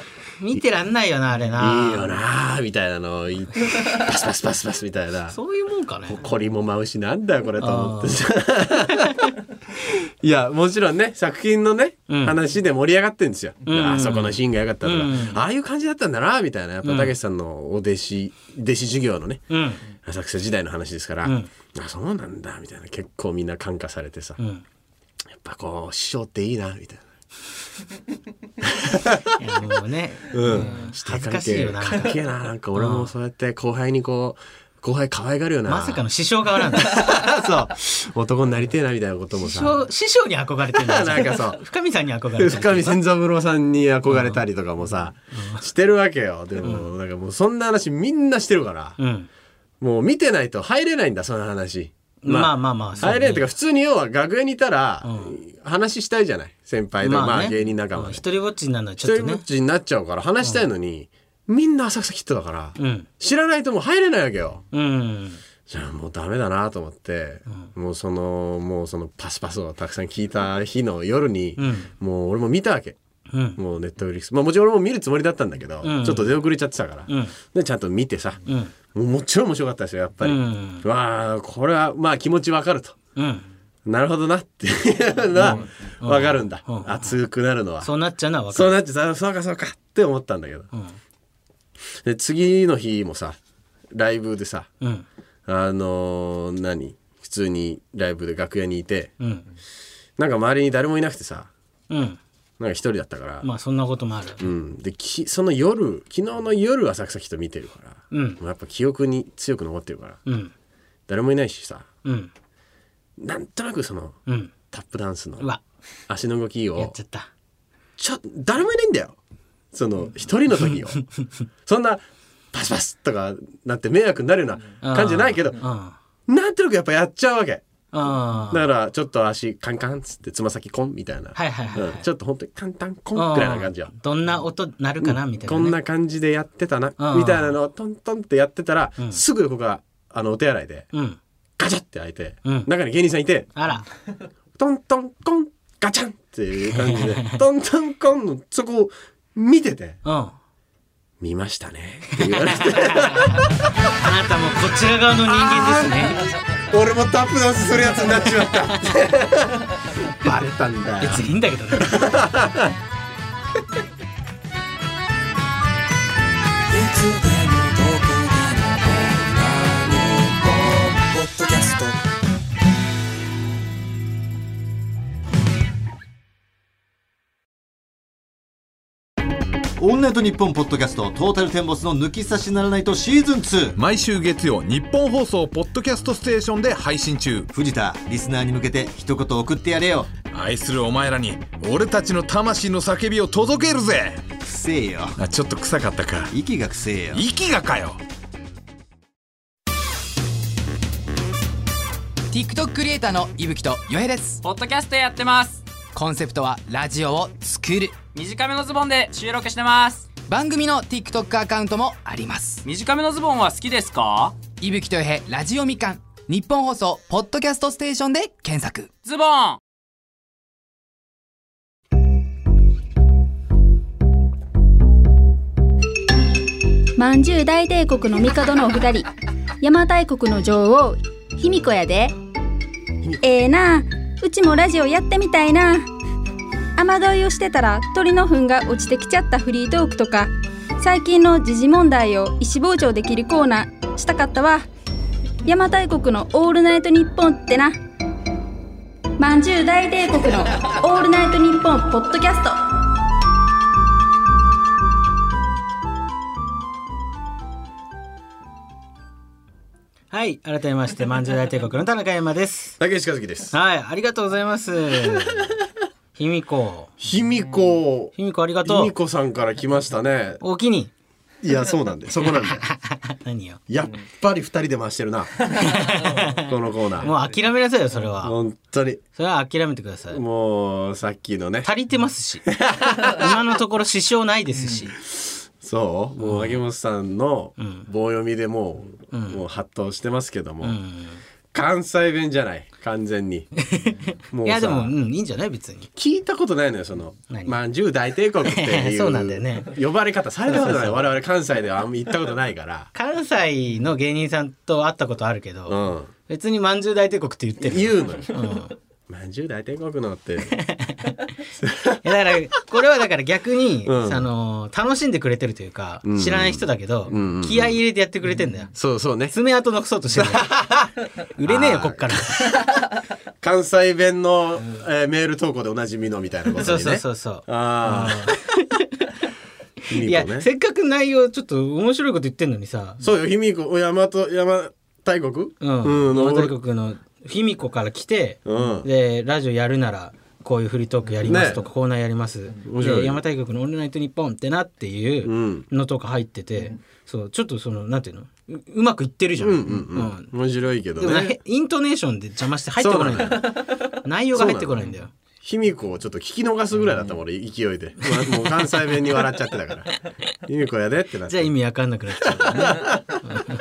[SPEAKER 1] 見てらんないよなあれない
[SPEAKER 2] いよなーみたいなのを言ってパスパスパスパスみたいな
[SPEAKER 1] そういうもんかね
[SPEAKER 2] コリも舞うしなんだよこれと思ってさいやもちろんね作品のね、
[SPEAKER 1] うん
[SPEAKER 2] 話で盛り上がってるんですよ、
[SPEAKER 1] ん
[SPEAKER 2] あそこのシーンが良かったとか、
[SPEAKER 1] うん
[SPEAKER 2] ああいう感じだったんだなみたいなやっぱたけしさんのお弟子弟子授業のね
[SPEAKER 1] うん
[SPEAKER 2] 浅草時代の話ですから、
[SPEAKER 1] ん
[SPEAKER 2] あそうなんだみたいな結構みんな感化されてさ、
[SPEAKER 1] う
[SPEAKER 2] や
[SPEAKER 1] ん
[SPEAKER 2] っぱこう師匠っていいなみたいな。
[SPEAKER 1] いやもう
[SPEAKER 2] (laughs)
[SPEAKER 1] ね
[SPEAKER 2] うん、
[SPEAKER 1] 恥ずかしいよな
[SPEAKER 2] かっけえななんか俺もそうやって後輩にこう後輩可愛がるよな
[SPEAKER 1] まさか (laughs) の師匠側なんだ
[SPEAKER 2] そう男になりてえなみたいなことも
[SPEAKER 1] 師
[SPEAKER 2] さ
[SPEAKER 1] 匠師匠に憧れてるんだ
[SPEAKER 2] (laughs) なんかそう
[SPEAKER 1] 深見さんに憧れてる
[SPEAKER 2] 深見千三郎さんに憧れたりとかもさ、してるわけよでも、なんかもうそんな話みんなしてるから、
[SPEAKER 1] うん
[SPEAKER 2] もう見てないと入れないんだその話
[SPEAKER 1] まあまあまあそうね
[SPEAKER 2] 入れないっていうか普通に要は学園にいたら、
[SPEAKER 1] ん
[SPEAKER 2] 話したいじゃない先輩とか、まあ芸人仲間
[SPEAKER 1] うん
[SPEAKER 2] で、
[SPEAKER 1] 一人ぼっちになるのはち
[SPEAKER 2] 一
[SPEAKER 1] ょっ
[SPEAKER 2] 人
[SPEAKER 1] と
[SPEAKER 2] ぼっ
[SPEAKER 1] ね
[SPEAKER 2] ちになっちゃうから話したいのに、みんな浅草キッドだから、
[SPEAKER 1] うん
[SPEAKER 2] 知らないともう入れないわけよ、
[SPEAKER 1] うん
[SPEAKER 2] じゃあもうダメだなと思って、もうそのもうそのパスパスをたくさん聞いた日の夜に、
[SPEAKER 1] ん
[SPEAKER 2] もう俺も見たわけ
[SPEAKER 1] うん
[SPEAKER 2] もうネットフリックスまあもちろん俺も見るつもりだったんだけど、
[SPEAKER 1] うん
[SPEAKER 2] ちょっと出遅れちゃってたから、
[SPEAKER 1] うん
[SPEAKER 2] でちゃんと見てさ、
[SPEAKER 1] うん
[SPEAKER 2] もうもちろん面白かったですよやっぱり、
[SPEAKER 1] うん
[SPEAKER 2] わあこれはまあ気持ちわかると
[SPEAKER 1] うん
[SPEAKER 2] なるほどなっていうのはわかるんだ、
[SPEAKER 1] うん
[SPEAKER 2] 熱くなるのは、
[SPEAKER 1] そうなっちゃうのは分か
[SPEAKER 2] そう
[SPEAKER 1] る
[SPEAKER 2] なってさそうかそうかって思ったんだけど、
[SPEAKER 1] ん
[SPEAKER 2] で次の日もさライブでさ、
[SPEAKER 1] うん
[SPEAKER 2] あのー何普通にライブで楽屋にいて
[SPEAKER 1] うん
[SPEAKER 2] なんか周りに誰もいなくてさ
[SPEAKER 1] うん
[SPEAKER 2] なんか一人だったから、
[SPEAKER 1] まあそんなこともある
[SPEAKER 2] うん、できその夜昨日の夜浅草キッド見てるから、
[SPEAKER 1] うん
[SPEAKER 2] もうやっぱ記憶に強く残ってるから
[SPEAKER 1] うん
[SPEAKER 2] 誰もいないしさ
[SPEAKER 1] うん
[SPEAKER 2] なんとなくその
[SPEAKER 1] うん
[SPEAKER 2] タップダンスの
[SPEAKER 1] うわ
[SPEAKER 2] 足の動き
[SPEAKER 1] やっ
[SPEAKER 2] を
[SPEAKER 1] ちゃった
[SPEAKER 2] ちょ誰もいないんだよその一人の時を
[SPEAKER 1] (laughs)
[SPEAKER 2] そんなパスパスとかなって迷惑になるような感じじゃないけど
[SPEAKER 1] うんあ
[SPEAKER 2] なんとなくやっぱやっちゃうわけ。
[SPEAKER 1] あ
[SPEAKER 2] だからちょっと足カンカンっつってつま先コンみたいな、
[SPEAKER 1] はいはいはいはい
[SPEAKER 2] うんちょっと本当にカンカンコンくらいな感じよ
[SPEAKER 1] うんどんな音なるかなみたいな
[SPEAKER 2] こ
[SPEAKER 1] ね
[SPEAKER 2] んな感じでやってたな
[SPEAKER 1] うん
[SPEAKER 2] みたいなのをトントンってやってたら、
[SPEAKER 1] ん
[SPEAKER 2] すぐ横があのお手洗いで
[SPEAKER 1] うん
[SPEAKER 2] ガチャって開いて、
[SPEAKER 1] うん
[SPEAKER 2] 中に芸人さんいて
[SPEAKER 1] あら
[SPEAKER 2] トントンコンガチャンっていう感じで
[SPEAKER 1] (laughs)
[SPEAKER 2] トントンコンのそこを見てて
[SPEAKER 1] うんあ
[SPEAKER 2] 「見ましたね」って言われて
[SPEAKER 1] なたもこちら側の人間ですね
[SPEAKER 2] (laughs) 俺もタップダンスするやつになっちまったって (laughs) バレたんだよ
[SPEAKER 1] 別。にいいんだけどね
[SPEAKER 4] オールナイトニッポンポッドキャストトータルテンボスの抜き差しならないとシーズン2
[SPEAKER 7] 毎週月曜日本放送ポッドキャストステーションで配信中
[SPEAKER 4] 藤田リスナーに向けて一言送ってやれよ
[SPEAKER 7] 愛するお前らに俺たちの魂の叫びを届けるぜ
[SPEAKER 4] くせえよ
[SPEAKER 7] あちょっと臭かったか
[SPEAKER 4] 息がくせえよ
[SPEAKER 7] 息がかよ
[SPEAKER 8] TikTok クリエイターの伊吹とよへです
[SPEAKER 9] ポッドキャストやってます
[SPEAKER 8] コンセプトはラジオを作る
[SPEAKER 9] 短めのズボンで収録してます
[SPEAKER 8] 番組の TikTok アカウントもあります
[SPEAKER 9] 短めのズボンは好きですか
[SPEAKER 8] 伊吹とよへラジオみかん日本放送ポッドキャストステーションで検索
[SPEAKER 9] ズボン
[SPEAKER 10] 万獣大帝国の帝のお二人邪馬台国の女王卑弥呼やでええなあうちもラジオやってみたいな雨どいをしてたら鳥の糞が落ちてきちゃったフリートークとか最近の時事問題を石包丁で切るコーナーしたかったわ邪馬台国の「オールナイトニッポン」ってな万獣大帝国の「オールナイトニッポン」ポッドキャスト
[SPEAKER 1] はい改めまして万丈大帝国の田中山です
[SPEAKER 2] 竹内和樹です
[SPEAKER 1] はいありがとうございます
[SPEAKER 2] (laughs)
[SPEAKER 1] 卑弥呼
[SPEAKER 2] 卑弥呼
[SPEAKER 1] 卑弥呼ありが
[SPEAKER 2] 卑
[SPEAKER 1] と
[SPEAKER 2] 弥
[SPEAKER 1] う
[SPEAKER 2] 呼さんから来ましたね
[SPEAKER 1] おおきに (laughs)
[SPEAKER 2] いやそうなんでそこなんで
[SPEAKER 1] 何よ
[SPEAKER 2] やっぱり二人で回して
[SPEAKER 1] (laughs)
[SPEAKER 2] るなこのコーナー
[SPEAKER 1] もう諦めなさいよそれは
[SPEAKER 2] 本当に
[SPEAKER 1] それは諦めてください
[SPEAKER 2] もうさっきのね
[SPEAKER 1] 足りてます
[SPEAKER 2] (laughs)
[SPEAKER 1] し今のところ支障ないですし、
[SPEAKER 2] そうもう秋元さんの
[SPEAKER 1] ん
[SPEAKER 2] 棒読みでもう,、もう発動してますけども、
[SPEAKER 1] うん
[SPEAKER 2] 関西弁じゃない完
[SPEAKER 1] (laughs)
[SPEAKER 2] 全にもう
[SPEAKER 1] いやでも、う
[SPEAKER 2] さ
[SPEAKER 1] ん、いいんじゃない別に
[SPEAKER 2] 聞いたことないのよその「
[SPEAKER 1] 何
[SPEAKER 2] まんじゅう大帝国」って
[SPEAKER 1] (laughs)
[SPEAKER 2] いう
[SPEAKER 1] そうなんだよね
[SPEAKER 2] 呼ばれ方されたこと
[SPEAKER 1] そう
[SPEAKER 2] ない
[SPEAKER 1] そうそう
[SPEAKER 2] 我々関西ではあんま行ったことないから
[SPEAKER 1] 関西の芸人さんと会ったことあるけど、
[SPEAKER 2] うん
[SPEAKER 1] 別に「まんじゅう大帝国」って言ってる
[SPEAKER 2] 言うのよ
[SPEAKER 1] うん、い
[SPEAKER 2] まんじゅう大帝国のって
[SPEAKER 1] やだからこれはだから逆に、
[SPEAKER 2] (laughs) うん
[SPEAKER 1] あの楽しんでくれてるというか、
[SPEAKER 2] うん
[SPEAKER 1] 知らない人だけど、
[SPEAKER 2] んうんうん
[SPEAKER 1] 気合い入れてやってくれてんだよ、
[SPEAKER 2] そうそうね
[SPEAKER 1] 爪痕残そうとしてる
[SPEAKER 2] (laughs)
[SPEAKER 1] 売れねえよこっから
[SPEAKER 2] 関西弁の、えーメール投稿でおなじみのみたいなことにね
[SPEAKER 1] そうそうそうそう
[SPEAKER 2] ああ
[SPEAKER 1] (laughs) いや、せっかく内容ちょっと面白いこと言ってんのにさ
[SPEAKER 2] そうよ卑弥呼大和大和大国
[SPEAKER 1] うん、
[SPEAKER 2] うん
[SPEAKER 1] 大谷国の卑弥呼から来て、
[SPEAKER 2] うん
[SPEAKER 1] でラジオやるならこういうフリートークやりますとか、コーナーやります
[SPEAKER 2] 面白い
[SPEAKER 1] で山大国の「オンラインと日本」ってなっていううんのとか入ってて、そうちょっとそのなんていうのううまくいってるじゃん。
[SPEAKER 2] うんうんうん面白いけど
[SPEAKER 1] でもな
[SPEAKER 2] ね
[SPEAKER 1] イントネーションで邪魔して入ってこないんだよ内容が入ってこないんだよ
[SPEAKER 2] 卑弥呼をちょっと聞き逃すぐらいだったもん俺勢いでまもう関西弁に笑っちゃってたから
[SPEAKER 1] (laughs)
[SPEAKER 2] 卑弥呼やでってなっ
[SPEAKER 1] じゃあ
[SPEAKER 2] て
[SPEAKER 1] 意味わかんなくなっちゃうからね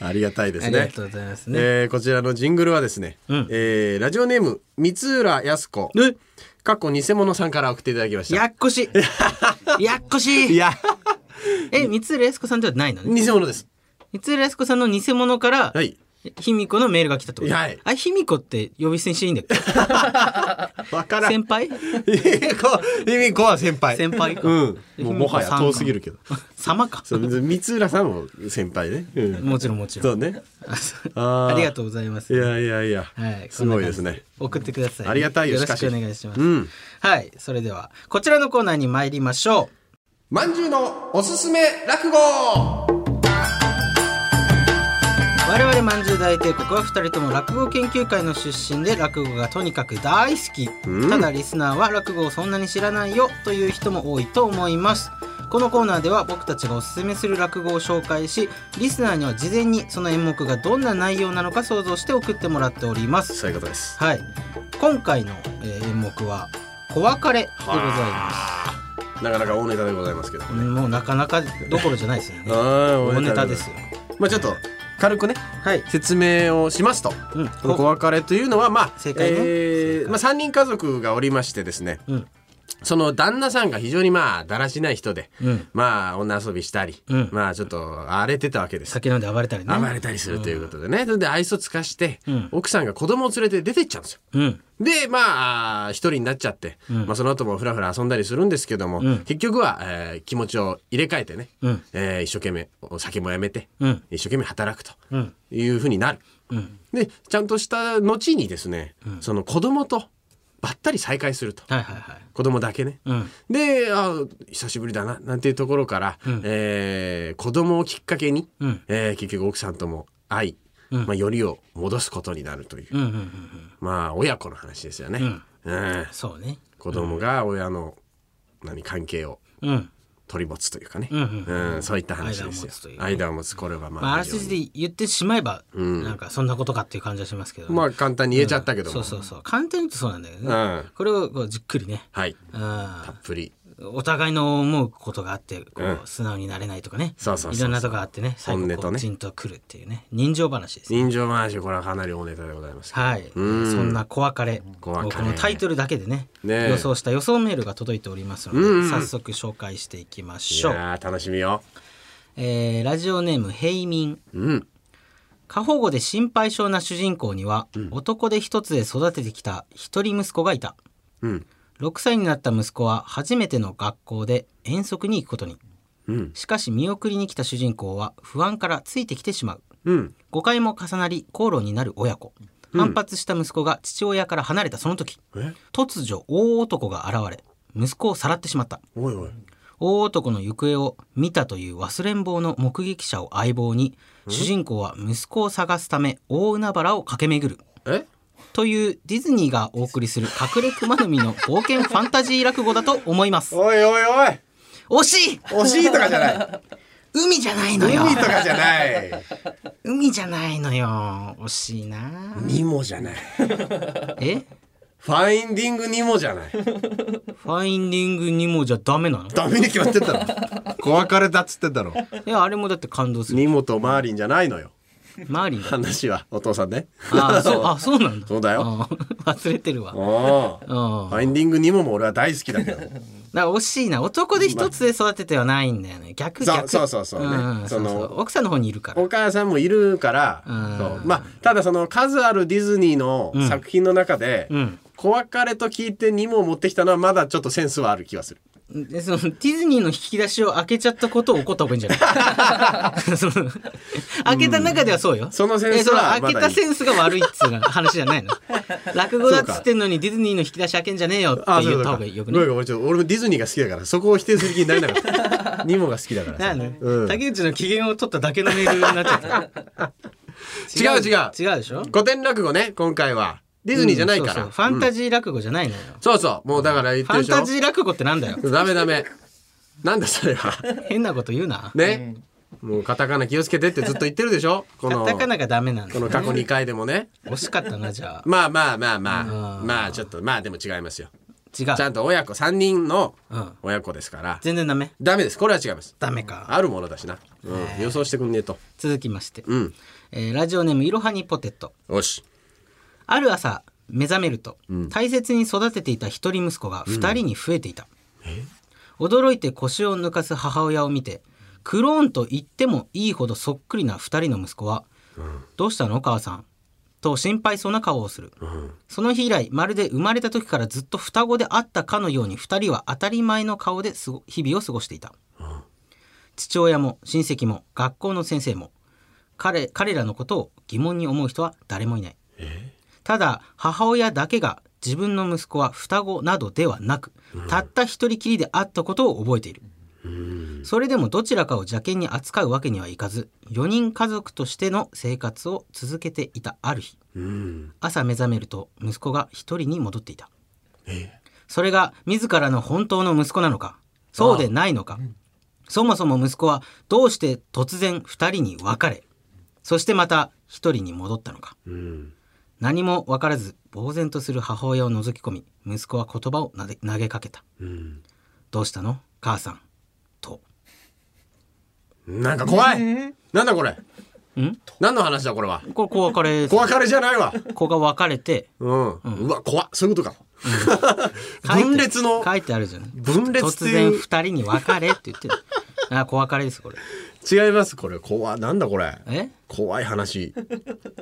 [SPEAKER 2] ありがたいです
[SPEAKER 1] ありが
[SPEAKER 2] ね
[SPEAKER 1] とうございますね、
[SPEAKER 2] えーこちらのジングルはですね、
[SPEAKER 1] うん
[SPEAKER 2] えーラジオネーム三浦靖子
[SPEAKER 1] え
[SPEAKER 2] かっこ偽物さんから送っていただきました
[SPEAKER 1] やっこし (laughs) やっこ
[SPEAKER 2] い
[SPEAKER 1] し
[SPEAKER 2] や
[SPEAKER 1] え三浦靖子さんではないのね
[SPEAKER 2] 偽物です
[SPEAKER 1] 三浦靖子さんの偽物から、
[SPEAKER 2] はい
[SPEAKER 1] 卑弥呼のメールが来たってこと。
[SPEAKER 2] はい
[SPEAKER 1] あ、卑弥呼って呼び捨てにしていいんだっけ
[SPEAKER 2] わからん
[SPEAKER 1] 先輩
[SPEAKER 2] 卑弥呼卑弥呼は先輩
[SPEAKER 1] 先輩か
[SPEAKER 2] うん
[SPEAKER 1] 卑弥
[SPEAKER 2] (laughs) も
[SPEAKER 1] 呼
[SPEAKER 2] うもはや
[SPEAKER 1] さんか
[SPEAKER 2] 遠すぎるけど
[SPEAKER 1] 様か。
[SPEAKER 2] そう三浦さんも先輩ね、うん、
[SPEAKER 1] もちろんもち
[SPEAKER 2] そ
[SPEAKER 1] ろ。
[SPEAKER 2] うんね
[SPEAKER 1] あそう
[SPEAKER 2] あ
[SPEAKER 1] あ
[SPEAKER 2] ー
[SPEAKER 1] りがとうございます。
[SPEAKER 2] いやいやいや、
[SPEAKER 1] はい、
[SPEAKER 2] すごいですね
[SPEAKER 1] こんな感じで送ってくださいね、
[SPEAKER 2] ありがたいよ
[SPEAKER 1] よろし
[SPEAKER 2] しか
[SPEAKER 1] くお
[SPEAKER 2] し
[SPEAKER 1] 願いします。
[SPEAKER 2] うん
[SPEAKER 1] はい、それではこちらのコーナーに参りましょ
[SPEAKER 2] まんじゅうのおすすめ落語
[SPEAKER 1] う。我々まんじゅう大帝国は二人とも落語研究会の出身で落語がとにかく大好き。
[SPEAKER 2] うん
[SPEAKER 1] ただリスナーは落語をそんなに知らないよという人も多いと思います。このコーナーでは僕たちがおすすめする落語を紹介しリスナーには事前にその演目がどんな内容なのか想像して送ってもらっております
[SPEAKER 2] そういうことです
[SPEAKER 1] はい今回の、えー演目は「小別れ」でございま
[SPEAKER 2] なかなか大ネタでございますけど
[SPEAKER 1] すもうなかなかどころじゃないですよね
[SPEAKER 2] (laughs) あ
[SPEAKER 1] 大ネタですよ
[SPEAKER 2] まあちょっと軽くね
[SPEAKER 1] はい、
[SPEAKER 2] 説明をしますと
[SPEAKER 1] うん、
[SPEAKER 2] この「小別れ」というのはまあ、
[SPEAKER 1] 正解ね
[SPEAKER 2] えーまあ、3人家族がおりましてですね、
[SPEAKER 1] うん
[SPEAKER 2] その旦那さんが非常にまあだらしない人で、
[SPEAKER 1] うん
[SPEAKER 2] まあ女遊びしたり、
[SPEAKER 1] うん
[SPEAKER 2] まあちょっと荒れてたわけです
[SPEAKER 1] 酒飲んで暴れたりね
[SPEAKER 2] 暴れたりするということでね、それで愛想つかして、
[SPEAKER 1] うん
[SPEAKER 2] 奥さんが子供を連れて出てっちゃうんですよ。
[SPEAKER 1] うん
[SPEAKER 2] でまあ一人になっちゃって、
[SPEAKER 1] ん
[SPEAKER 2] まあ、その後もふらふら遊んだりするんですけども、
[SPEAKER 1] うん
[SPEAKER 2] 結局は、えー気持ちを入れ替えてね、
[SPEAKER 1] うん
[SPEAKER 2] えー一生懸命お酒もやめて、
[SPEAKER 1] うん
[SPEAKER 2] 一生懸命働くと
[SPEAKER 1] うん
[SPEAKER 2] いうふうになる。
[SPEAKER 1] うん
[SPEAKER 2] でちゃんとした後にですね、その子供とばったり再会すると、
[SPEAKER 1] はいはいはい。
[SPEAKER 2] 子供だけね。
[SPEAKER 1] うん。
[SPEAKER 2] であ久しぶりだななんていうところから、
[SPEAKER 1] うん
[SPEAKER 2] えー子供をきっかけに、
[SPEAKER 1] うん。
[SPEAKER 2] えー結局奥さんとも愛、
[SPEAKER 1] うん
[SPEAKER 2] まあ、よりを戻すことになるという、
[SPEAKER 1] うんうんうん
[SPEAKER 2] まあ親子の話ですよね、
[SPEAKER 1] うん
[SPEAKER 2] うん
[SPEAKER 1] そうね。
[SPEAKER 2] 子供が親の何関係を
[SPEAKER 1] うん。
[SPEAKER 2] 取り持つというかね、
[SPEAKER 1] うんうん
[SPEAKER 2] うんそういった話です
[SPEAKER 1] 間を
[SPEAKER 2] よ
[SPEAKER 1] 持つという。
[SPEAKER 2] 間を持つこれはまあ
[SPEAKER 1] まあ、あら
[SPEAKER 2] 非
[SPEAKER 1] す
[SPEAKER 2] 常に
[SPEAKER 1] じで言ってしまえば、
[SPEAKER 2] ん
[SPEAKER 1] なんかそんなことかっていう感じはしますけどね、
[SPEAKER 2] まあ簡単に言えちゃったけども、
[SPEAKER 1] そうそうそう簡単に言うとそうなんだけどね、
[SPEAKER 2] うん
[SPEAKER 1] これをこうじっくりね、
[SPEAKER 2] はいた
[SPEAKER 1] う
[SPEAKER 2] っぷり
[SPEAKER 1] ん、お互いの思うことがあってこう、
[SPEAKER 2] うん
[SPEAKER 1] 素直になれないとかね
[SPEAKER 2] そうそうそうそう
[SPEAKER 1] いろんなとこがあってね最後
[SPEAKER 2] 本音
[SPEAKER 1] ことう
[SPEAKER 2] ね
[SPEAKER 1] じんとくるっていうね人情話ですね
[SPEAKER 2] 人情話これはかなり大ネタでございますけど
[SPEAKER 1] はい、そ
[SPEAKER 2] ん
[SPEAKER 1] んな小別れ
[SPEAKER 2] 小別れ
[SPEAKER 1] もうこのタイトルだけでね
[SPEAKER 2] ねえ
[SPEAKER 1] 予想した予想メールが届いておりますので、
[SPEAKER 2] うんうん
[SPEAKER 1] 早速紹介していきま
[SPEAKER 2] い
[SPEAKER 1] しょう、
[SPEAKER 2] やー楽しみよ
[SPEAKER 1] えーラジオネームヘイミン
[SPEAKER 2] うん
[SPEAKER 1] 過保護で心配性な主人公には、男で一つで育ててきた一人息子がいた
[SPEAKER 2] うん
[SPEAKER 1] 6歳になった息子は初めての学校で遠足に行くことに
[SPEAKER 2] うん
[SPEAKER 1] しかし見送りに来た主人公は不安からついてきてしまう
[SPEAKER 2] うん
[SPEAKER 1] 誤解も重なり口論になる親子反発した息子が父親から離れたその時、
[SPEAKER 2] え
[SPEAKER 1] 突如大男が現れ息子をさらってしまった
[SPEAKER 2] おいおい
[SPEAKER 1] 大男の行方を見たという忘れん坊の目撃者を相棒に主人公は息子を探すため大海原を駆け巡る
[SPEAKER 2] え
[SPEAKER 1] というディズニーがお送りする隠れ熊の実の冒険ファンタジー落語だと思います
[SPEAKER 2] おいおいお
[SPEAKER 1] (laughs) 惜
[SPEAKER 2] い
[SPEAKER 1] しい
[SPEAKER 2] 惜しいとかじゃない
[SPEAKER 1] 海じゃないのよ
[SPEAKER 2] 海とかじゃない
[SPEAKER 1] 海じゃないのよ惜しいな
[SPEAKER 2] ニモじゃない
[SPEAKER 1] (laughs) え
[SPEAKER 2] ファインディングニモじゃない
[SPEAKER 1] ファインディングにもじゃダメなの
[SPEAKER 2] ダメに決まってんだ
[SPEAKER 1] (laughs)
[SPEAKER 2] ろ小別れだっつってんだろ
[SPEAKER 1] いやあれもだって感動する
[SPEAKER 2] ニモとマーリンじゃないのよ
[SPEAKER 1] マー (laughs) リンだ
[SPEAKER 2] 話はお父さんね
[SPEAKER 1] あ
[SPEAKER 2] (laughs)
[SPEAKER 1] そうあそうなんだ
[SPEAKER 2] そうだよ
[SPEAKER 1] あ (laughs) 忘れてるわうん
[SPEAKER 2] おー
[SPEAKER 1] だ
[SPEAKER 2] フ
[SPEAKER 1] か
[SPEAKER 2] ァインディングニモも俺は大好きだけ
[SPEAKER 1] (laughs)
[SPEAKER 2] ど
[SPEAKER 1] ら惜しいな男で一つで育ててはないんだよね逆
[SPEAKER 2] そう
[SPEAKER 1] 逆
[SPEAKER 2] そうそうそうね
[SPEAKER 1] んん
[SPEAKER 2] その
[SPEAKER 1] そうそう奥さんの方にいるから
[SPEAKER 2] お母さんもいるから
[SPEAKER 1] うん
[SPEAKER 2] そうまあただその数あるディズニーの作品の中で、
[SPEAKER 1] うん
[SPEAKER 2] 小別れと聞いてニモを持ってきたのはまだちょっとセンスはある気がする
[SPEAKER 1] でそのディズニーの引き出しを開けちゃったことを怒った方がいいんじゃない
[SPEAKER 2] (laughs)
[SPEAKER 1] その開けた中ではそうよ。
[SPEAKER 2] そのセンスは
[SPEAKER 1] えその
[SPEAKER 2] まだいい
[SPEAKER 1] 開けたセンスが悪いっつうの話じゃ
[SPEAKER 2] (laughs)
[SPEAKER 1] ないの。落語だっつってんのにディズニーの引き出し開けんじゃねえよって言った方がよく
[SPEAKER 2] ご
[SPEAKER 1] ね
[SPEAKER 2] めん。ごめんちょっと俺もディズニーが好きだからそこを否定する気になれなかった
[SPEAKER 1] (laughs)
[SPEAKER 2] ニモが好きだから
[SPEAKER 1] な
[SPEAKER 2] さ
[SPEAKER 1] あね
[SPEAKER 2] うん、違
[SPEAKER 1] 竹内の機嫌を取っただけのメールになっちゃった。
[SPEAKER 2] う (laughs) 違う
[SPEAKER 1] 違うでしょ
[SPEAKER 2] 古典落語ね今回はディズニーじゃないから、
[SPEAKER 1] うんそうそうファンタ
[SPEAKER 2] ジ
[SPEAKER 1] ジー落語じゃないのよ。
[SPEAKER 2] そうそうもうだから言っ
[SPEAKER 1] フ
[SPEAKER 2] て
[SPEAKER 1] ァン
[SPEAKER 2] るでしょ
[SPEAKER 1] タジー落語ってなんだよ。
[SPEAKER 2] ダメダメなんだそれ
[SPEAKER 1] (laughs)
[SPEAKER 2] は
[SPEAKER 1] 変なこと言うな。
[SPEAKER 2] ね、もうカタカナ気をつけてっ
[SPEAKER 1] (laughs)
[SPEAKER 2] てずっと言ってるでしょこの
[SPEAKER 1] カタカナがダメなんだ
[SPEAKER 2] この過去2回でもね
[SPEAKER 1] 惜しかったな、じゃあ。
[SPEAKER 2] まあまあまあまあ
[SPEAKER 1] あー
[SPEAKER 2] まあちょっとまあでも違いますよ
[SPEAKER 1] 違
[SPEAKER 2] ちゃ
[SPEAKER 1] う。
[SPEAKER 2] んと親子3人の
[SPEAKER 1] うん
[SPEAKER 2] 親子ですから
[SPEAKER 1] 全然ダメ
[SPEAKER 2] ダメですこれは違います
[SPEAKER 1] ダメか。
[SPEAKER 2] あるものだしな、うん、予想してくんねえと
[SPEAKER 1] 続きまして。
[SPEAKER 2] うん
[SPEAKER 1] えーラジオネームいろはにポテト
[SPEAKER 2] よし
[SPEAKER 1] ある朝目覚めると、大切に育てていた一人息子が二人に増えていた、驚いて腰を抜かす母親を見てクローンと言ってもいいほどそっくりな二人の息子は「どうしたのお母さん?」と心配そうな顔をする、その日以来まるで生まれた時からずっと双子であったかのように二人は当たり前の顔ですご日々を過ごしていた、父親も親戚も学校の先生も彼彼らのことを疑問に思う人は誰もいないただ母親だけが自分の息子は双子などではなく、たった一人きりであったことを覚えている、それでもどちらかを邪険に扱うわけにはいかず4人家族としての生活を続けていたある日、朝目覚めると息子が一人に戻っていたそれが自らの本当の息子なのかそうでないのか、そもそも息子はどうして突然2人に別れそしてまた1人に戻ったのか、何も分からず呆然とする母親を覗き込み息子は言葉をなで投げかけた、どうしたの母さんと
[SPEAKER 2] なんか怖いなんだこれ
[SPEAKER 1] ん
[SPEAKER 2] 何の話だこれは
[SPEAKER 1] これ子別れ
[SPEAKER 2] 小別れじゃないわ
[SPEAKER 1] 子が別れて
[SPEAKER 2] うん、うわ怖っそういうことか (laughs)
[SPEAKER 1] 書いて
[SPEAKER 2] 分裂の
[SPEAKER 1] 書いてあるじゃない
[SPEAKER 2] 分裂って
[SPEAKER 1] 突然
[SPEAKER 2] いう (laughs)
[SPEAKER 1] 2人に別れって言ってるあ、怖かれです、これ。
[SPEAKER 2] 違いますこれ怖いなんだこれ
[SPEAKER 1] え
[SPEAKER 2] 怖い話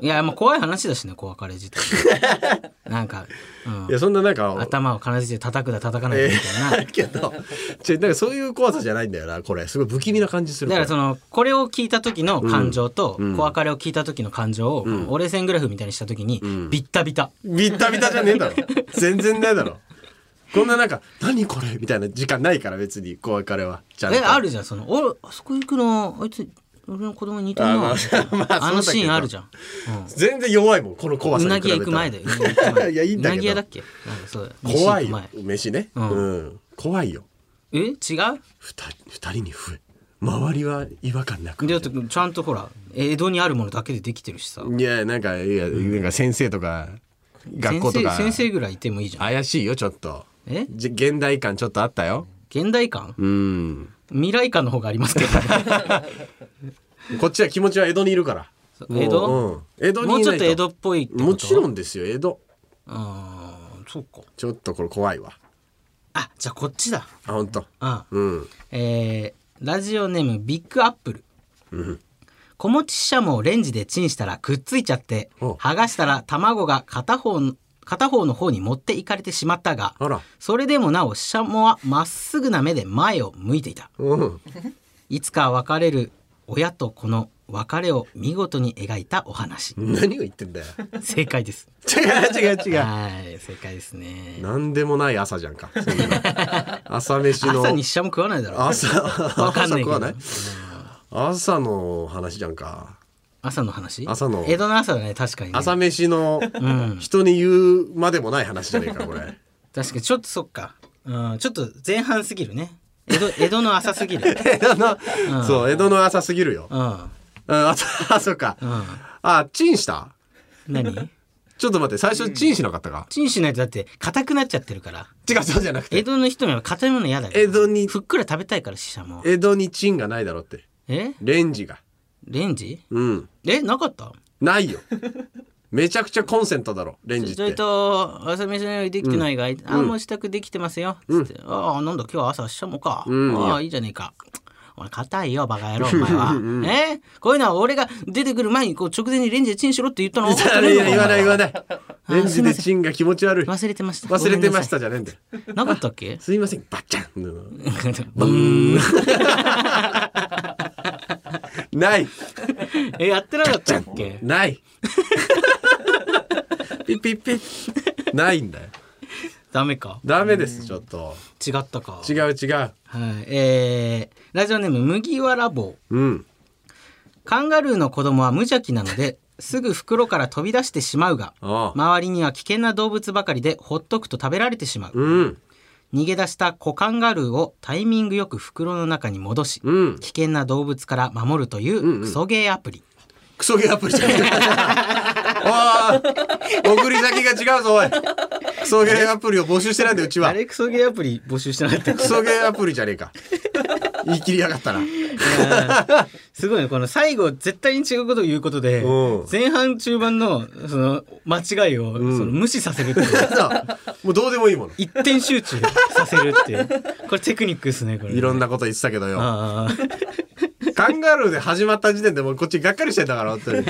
[SPEAKER 1] いや、まあ怖い話だしね、怖かれ自
[SPEAKER 2] (laughs)
[SPEAKER 1] 体。なんか、うん
[SPEAKER 2] いやそんななんか
[SPEAKER 1] 頭を金槌で叩くだ、叩かないだみたいな。
[SPEAKER 2] だけど違うなんかそういう怖さじゃないんだよなこれすごい不気味な感じする
[SPEAKER 1] だから
[SPEAKER 2] こ
[SPEAKER 1] そ
[SPEAKER 2] れ
[SPEAKER 1] のこれを聞いた時の感情と、怖かれを聞いた時の感情を、
[SPEAKER 2] ん
[SPEAKER 1] 折れ線グラフみたいにした時に、ビッタビタ
[SPEAKER 2] ビッタビタじゃねえだろ全然ないだろこんななんか「何これ」みたいな時間ないから別に怖い彼はちゃんと
[SPEAKER 1] えあるじゃんその「おあそこ行くのあいつ俺の子供に似てる
[SPEAKER 2] あ
[SPEAKER 1] な」
[SPEAKER 2] まあまあ
[SPEAKER 1] あのシーンあるじ
[SPEAKER 2] ゃん
[SPEAKER 1] ゃん
[SPEAKER 2] 全然弱いもんこの怖
[SPEAKER 1] う
[SPEAKER 2] さ
[SPEAKER 1] な
[SPEAKER 2] に
[SPEAKER 1] ぎ
[SPEAKER 2] 比
[SPEAKER 1] 屋行
[SPEAKER 2] べた
[SPEAKER 1] く
[SPEAKER 2] ら
[SPEAKER 1] 前だようなぎ屋行く前
[SPEAKER 2] (laughs) いやいいんだけど
[SPEAKER 1] うなぎ屋だっけなんかそうだ
[SPEAKER 2] 怖い
[SPEAKER 1] 飯行
[SPEAKER 2] よ
[SPEAKER 1] く
[SPEAKER 2] 飯ねう
[SPEAKER 1] うんん、
[SPEAKER 2] 怖いよ
[SPEAKER 1] 前え違う
[SPEAKER 2] 二人二人に増え周りは違和感なく
[SPEAKER 1] でだってちゃんとほら江戸にあるものだけでできてるしさ
[SPEAKER 2] いやなんかいやなんか先生とか学校とか
[SPEAKER 1] 先生先生ぐらいいてもいいじゃん
[SPEAKER 2] 怪しいよちょっと
[SPEAKER 1] え
[SPEAKER 2] じ現代感ちょっとあったよ
[SPEAKER 1] 現代感
[SPEAKER 2] うん
[SPEAKER 1] 未来感の方がありますけどね
[SPEAKER 2] (laughs) こっちは気持ちは江戸にいるから
[SPEAKER 1] 江戸
[SPEAKER 2] もううん江戸に
[SPEAKER 1] もう
[SPEAKER 2] い
[SPEAKER 1] ちょ
[SPEAKER 2] な
[SPEAKER 1] っ
[SPEAKER 2] い
[SPEAKER 1] と江戸っぽいってこと
[SPEAKER 2] もちろんですよ江戸
[SPEAKER 1] あーそうか
[SPEAKER 2] ちょっとこれ怖いわ
[SPEAKER 1] あじゃあこっちだ
[SPEAKER 2] あ本当
[SPEAKER 1] あ
[SPEAKER 2] うん
[SPEAKER 1] えーラジオネームビッグアップル子持ちししゃもをレンジでチンしたらくっついちゃって
[SPEAKER 2] お
[SPEAKER 1] 剥がしたら卵が片方の片方の方に持っていかれてしまったが
[SPEAKER 2] あら
[SPEAKER 1] それでもなおししゃもはまっすぐな目で前を向いていた
[SPEAKER 2] うん
[SPEAKER 1] いつか別れる親と子の別れを見事に描いたお話
[SPEAKER 2] 何を言ってんだよ
[SPEAKER 1] 正解です
[SPEAKER 2] 違う違う違
[SPEAKER 1] (laughs)
[SPEAKER 2] う
[SPEAKER 1] はい正解ですね
[SPEAKER 2] 何でもない朝じゃんかそんな朝飯の
[SPEAKER 1] 朝にししゃも食わないだろ
[SPEAKER 2] 朝
[SPEAKER 1] わかん
[SPEAKER 2] 朝
[SPEAKER 1] ないけ
[SPEAKER 2] 食
[SPEAKER 1] ど
[SPEAKER 2] わない朝の話じゃんか
[SPEAKER 1] 朝の話
[SPEAKER 2] 朝の
[SPEAKER 1] 江戸の朝だね確かにね、
[SPEAKER 2] 朝飯の
[SPEAKER 1] うん
[SPEAKER 2] 人に言うまでもない話じゃねえかこれ
[SPEAKER 1] 確かにちょっとそっか、うん、ちょっと前半すぎるね江戸江 (laughs) 戸の朝すぎる
[SPEAKER 2] 江戸の、そう江戸の朝すぎるよ、
[SPEAKER 1] うんうん
[SPEAKER 2] うん、朝あそうか、あチンした
[SPEAKER 1] 何
[SPEAKER 2] ちょっと待って最初チンしなかったか、
[SPEAKER 1] チンしないとだって硬くなっちゃってるから
[SPEAKER 2] 違うそうじゃなく
[SPEAKER 1] 江
[SPEAKER 2] て
[SPEAKER 1] 戸の人には硬いもの嫌だから
[SPEAKER 2] 江戸に
[SPEAKER 1] ふっくら食べたいからししゃも
[SPEAKER 2] 江戸にチンがないだろうって
[SPEAKER 1] え
[SPEAKER 2] レンジが
[SPEAKER 1] レンジ
[SPEAKER 2] うん
[SPEAKER 1] えなかった
[SPEAKER 2] ないよめちゃくちゃコンセントだろレンジっ
[SPEAKER 1] ちょい
[SPEAKER 2] て
[SPEAKER 1] と朝飯のようにできてないが、あもう支度できてますよ、つってああなんだ今日は朝ししゃもか、
[SPEAKER 2] ん
[SPEAKER 1] ああいいじゃねえかお前硬いよバカ野郎お前は、えこういうのは俺が出てくる前にこう直前にレンジでチンしろって言ったの
[SPEAKER 2] (laughs) いやいや言わない言わないレンジでチンが気持ち悪い
[SPEAKER 1] 忘れてました
[SPEAKER 2] 忘れてまし
[SPEAKER 1] ご
[SPEAKER 2] たじゃねえんだよ
[SPEAKER 1] めんなさいなかったっけ (laughs)
[SPEAKER 2] すいませんバッチャンうん
[SPEAKER 1] ブーン
[SPEAKER 2] ない
[SPEAKER 1] えやってなかったっけ
[SPEAKER 2] ないピッピッピッないんだよ
[SPEAKER 1] ダメか
[SPEAKER 2] ダメですちょっと
[SPEAKER 1] 違ったか
[SPEAKER 2] 違う違う
[SPEAKER 1] はいえー、ラジオネーム麦わら帽
[SPEAKER 2] うん
[SPEAKER 1] カンガルーの子供は無邪気なのですぐ袋から飛び出してしまうが
[SPEAKER 2] ああ
[SPEAKER 1] 周りには危険な動物ばかりでほっとくと食べられてしまう
[SPEAKER 2] うん
[SPEAKER 1] 逃げ出した子カンガルーをタイミングよく袋の中に戻し
[SPEAKER 2] うん
[SPEAKER 1] 危険な動物から守るというクソゲーアプリ
[SPEAKER 2] クソゲーアプリじゃねえ (laughs) おい送り先が違うぞおいクソゲーアプリを募集してないんだようちは
[SPEAKER 1] あれクソゲーアプリ募集してなかったっ
[SPEAKER 2] クソゲーアプリじゃねえか言い切りやがったな
[SPEAKER 1] すごいねこの最後絶対に違うことを言うことで
[SPEAKER 2] うん
[SPEAKER 1] 前半中盤のその間違いをその無視させるっていう
[SPEAKER 2] (laughs) そうもうどうでもいいもの
[SPEAKER 1] 一点集中させるっていうこれテクニックですねこれ
[SPEAKER 2] いろんなこと言ってたけどよ
[SPEAKER 1] ああ
[SPEAKER 2] カンガルーで始まった時点でもうこっちがっかりしてんだから本当に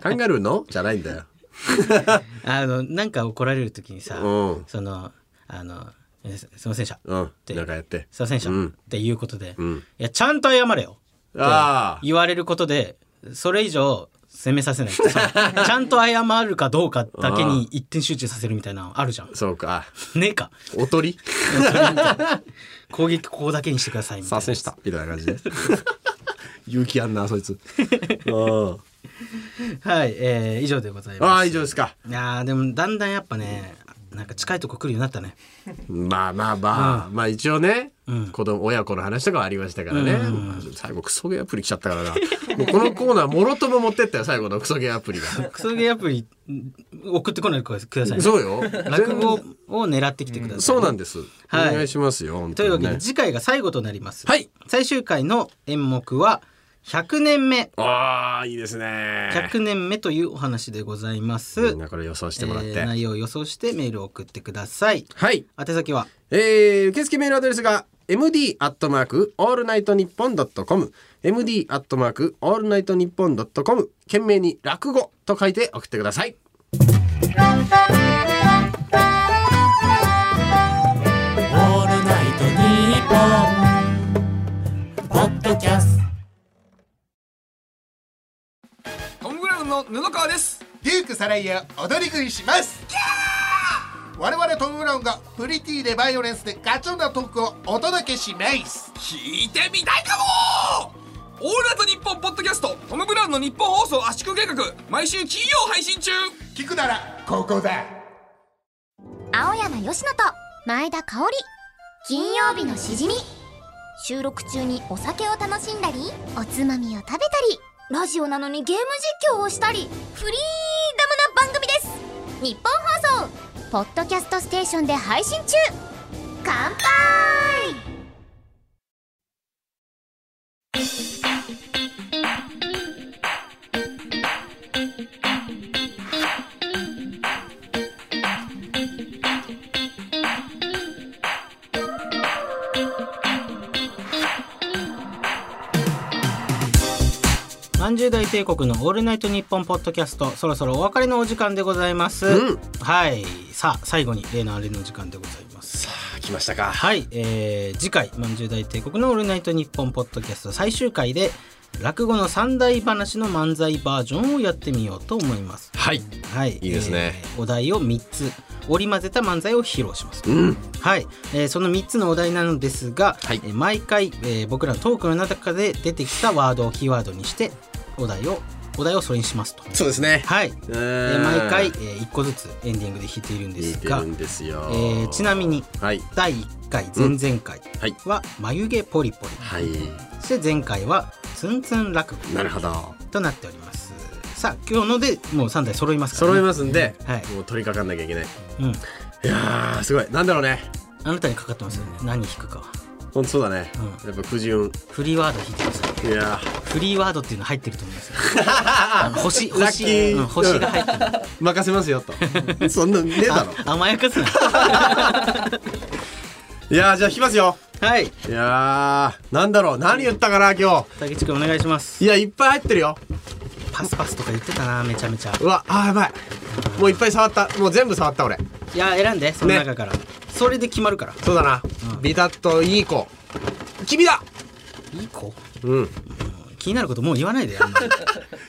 [SPEAKER 2] カンガルーのじゃないんだよ
[SPEAKER 1] あのなんか怒られる時にさ、
[SPEAKER 2] うん
[SPEAKER 1] そのあのえすすいませんでした、
[SPEAKER 2] うん
[SPEAKER 1] で
[SPEAKER 2] なんかやって
[SPEAKER 1] すいませんでした、
[SPEAKER 2] うん
[SPEAKER 1] っていうことで、
[SPEAKER 2] ん
[SPEAKER 1] いやちゃんと謝れよ
[SPEAKER 2] ああ
[SPEAKER 1] 言われることでそれ以上責めさせない
[SPEAKER 2] (laughs)
[SPEAKER 1] そのちゃんと謝るかどうかだけに一点集中させるみたいなのあるじゃん
[SPEAKER 2] そうか
[SPEAKER 1] ねえか
[SPEAKER 2] おとり
[SPEAKER 1] (laughs) 攻撃ここだけにしてくださいみたい
[SPEAKER 2] さ
[SPEAKER 1] な
[SPEAKER 2] せしたみたいな感
[SPEAKER 1] (laughs)
[SPEAKER 2] じで勇気あんなそいつうん
[SPEAKER 1] はい、えー、以上でございます
[SPEAKER 2] ああ以上ですか
[SPEAKER 1] いやーでもだんだんやっぱねなんか近いとこ来るようになったね
[SPEAKER 2] まあまあまあ、まあ一応ね、
[SPEAKER 1] うん
[SPEAKER 2] 子供親子の話とかはありましたからね、
[SPEAKER 1] うん
[SPEAKER 2] 最後クソゲーアプリ来ちゃったからなもうこのコーナーもろとも持ってったよ最後のクソゲーア
[SPEAKER 1] (laughs)
[SPEAKER 2] プリが
[SPEAKER 1] クソゲーアプリ送ってこないでくださいね
[SPEAKER 2] そうよ
[SPEAKER 1] 落語を狙ってきてください、
[SPEAKER 2] そうなんです、
[SPEAKER 1] はい
[SPEAKER 2] お願いしますよ本
[SPEAKER 1] という
[SPEAKER 2] 当
[SPEAKER 1] わ
[SPEAKER 2] に
[SPEAKER 1] け
[SPEAKER 2] ね
[SPEAKER 1] で次回が最後となります、
[SPEAKER 2] はい
[SPEAKER 1] 最終回の演目は100年目
[SPEAKER 2] ああいいですね
[SPEAKER 1] 100年目というお話でございます、
[SPEAKER 2] みんなこれ予想してもらって、
[SPEAKER 1] えー内容を予想してメールを送ってください
[SPEAKER 2] はい
[SPEAKER 1] 宛先は
[SPEAKER 2] えー、受付メールアドレスが MD アットマークオールナイトニッポンドットコム MD アットマークオールナイトニッポンドットコム懸命に落語と書いて送ってください
[SPEAKER 11] オールナイトニッポン」ポッドキャス
[SPEAKER 12] トム・ブラウンの布川ですデュークサライヤ踊り食いします我々トム・ブラウンがプリティでバイオレンスでガチョンなトークをお届けします
[SPEAKER 13] 聞いてみたいかもオールナイトニッポンポッドキャストトム・ブラウンの日本放送圧縮計画毎週金曜配信中
[SPEAKER 12] 聞くならここだ
[SPEAKER 14] 青山佳乃と前田香織金曜日のしじみ収録中にお酒を楽しんだりおつまみを食べたりラジオなのにゲーム実況をしたりフリーダムな番組です日本放送ポッドキャストステーションで配信中乾杯
[SPEAKER 1] まんじゅう大帝国のオールナイトニッポンポッドキャストそろそろお別れのお時間でございます、
[SPEAKER 2] うん
[SPEAKER 1] はいさあ最後に例のあれの時間でございますさ
[SPEAKER 2] あ来ましたか
[SPEAKER 1] はい、えー、次回まんじゅう大帝国のオールナイトニッポンポッドキャスト最終回で落語の三大話の漫才バージョンをやってみようと思います
[SPEAKER 2] はい
[SPEAKER 1] はい
[SPEAKER 2] いいですね、
[SPEAKER 1] えーお題を3つ織り交ぜた漫才を披露します、
[SPEAKER 2] うん
[SPEAKER 1] はい、えーその3つのお題なのですが、えー毎回、えー僕らのトークの中で出てきたワードをキーワードにしてお題をお題をそれにしますと
[SPEAKER 2] そうですね
[SPEAKER 1] はい、
[SPEAKER 2] え
[SPEAKER 1] えー毎回、え1個ずつエンディングで弾いているんですが
[SPEAKER 2] 弾いてるんですよ
[SPEAKER 1] えーちなみに、第1回前々回は「眉毛ポリポリ」そして前回は「ツンツン落語」
[SPEAKER 2] なるほど
[SPEAKER 1] となっておりますさあ今日のでもう3台揃いますから、
[SPEAKER 2] 揃いますんで、
[SPEAKER 1] はい、
[SPEAKER 2] もう取り掛かんなきゃいけない
[SPEAKER 1] うん
[SPEAKER 2] いやーすごいなんだろうね
[SPEAKER 1] あなたにかかってますよね何弾くかは
[SPEAKER 2] ほんとそうだね、やっぱくじゅん
[SPEAKER 1] フリーワード弾いてくださ
[SPEAKER 2] いいや
[SPEAKER 1] いフリーワードっていうの入ってると思います (laughs) よあの星
[SPEAKER 2] ラッキ
[SPEAKER 1] 星,、
[SPEAKER 2] ー
[SPEAKER 1] うん、星が入ってる
[SPEAKER 2] 任せますよと (laughs) そんなんねえだろ
[SPEAKER 1] 甘やかすない (laughs)
[SPEAKER 2] やーじゃあ引きますよ
[SPEAKER 1] はいい
[SPEAKER 2] やーなんだろう何言ったかな今日
[SPEAKER 1] 竹内くんお願いします
[SPEAKER 2] いやいっぱい入ってるよ
[SPEAKER 1] パスパスとか言ってたなめちゃめちゃ
[SPEAKER 2] うわあーやばいもういっぱい触ったもう全部触った俺
[SPEAKER 1] いや選んでその中から、それで決まるから
[SPEAKER 2] そうだな、ビタッといい子君だ
[SPEAKER 1] いい子
[SPEAKER 2] うん
[SPEAKER 1] 気になることもう言わないで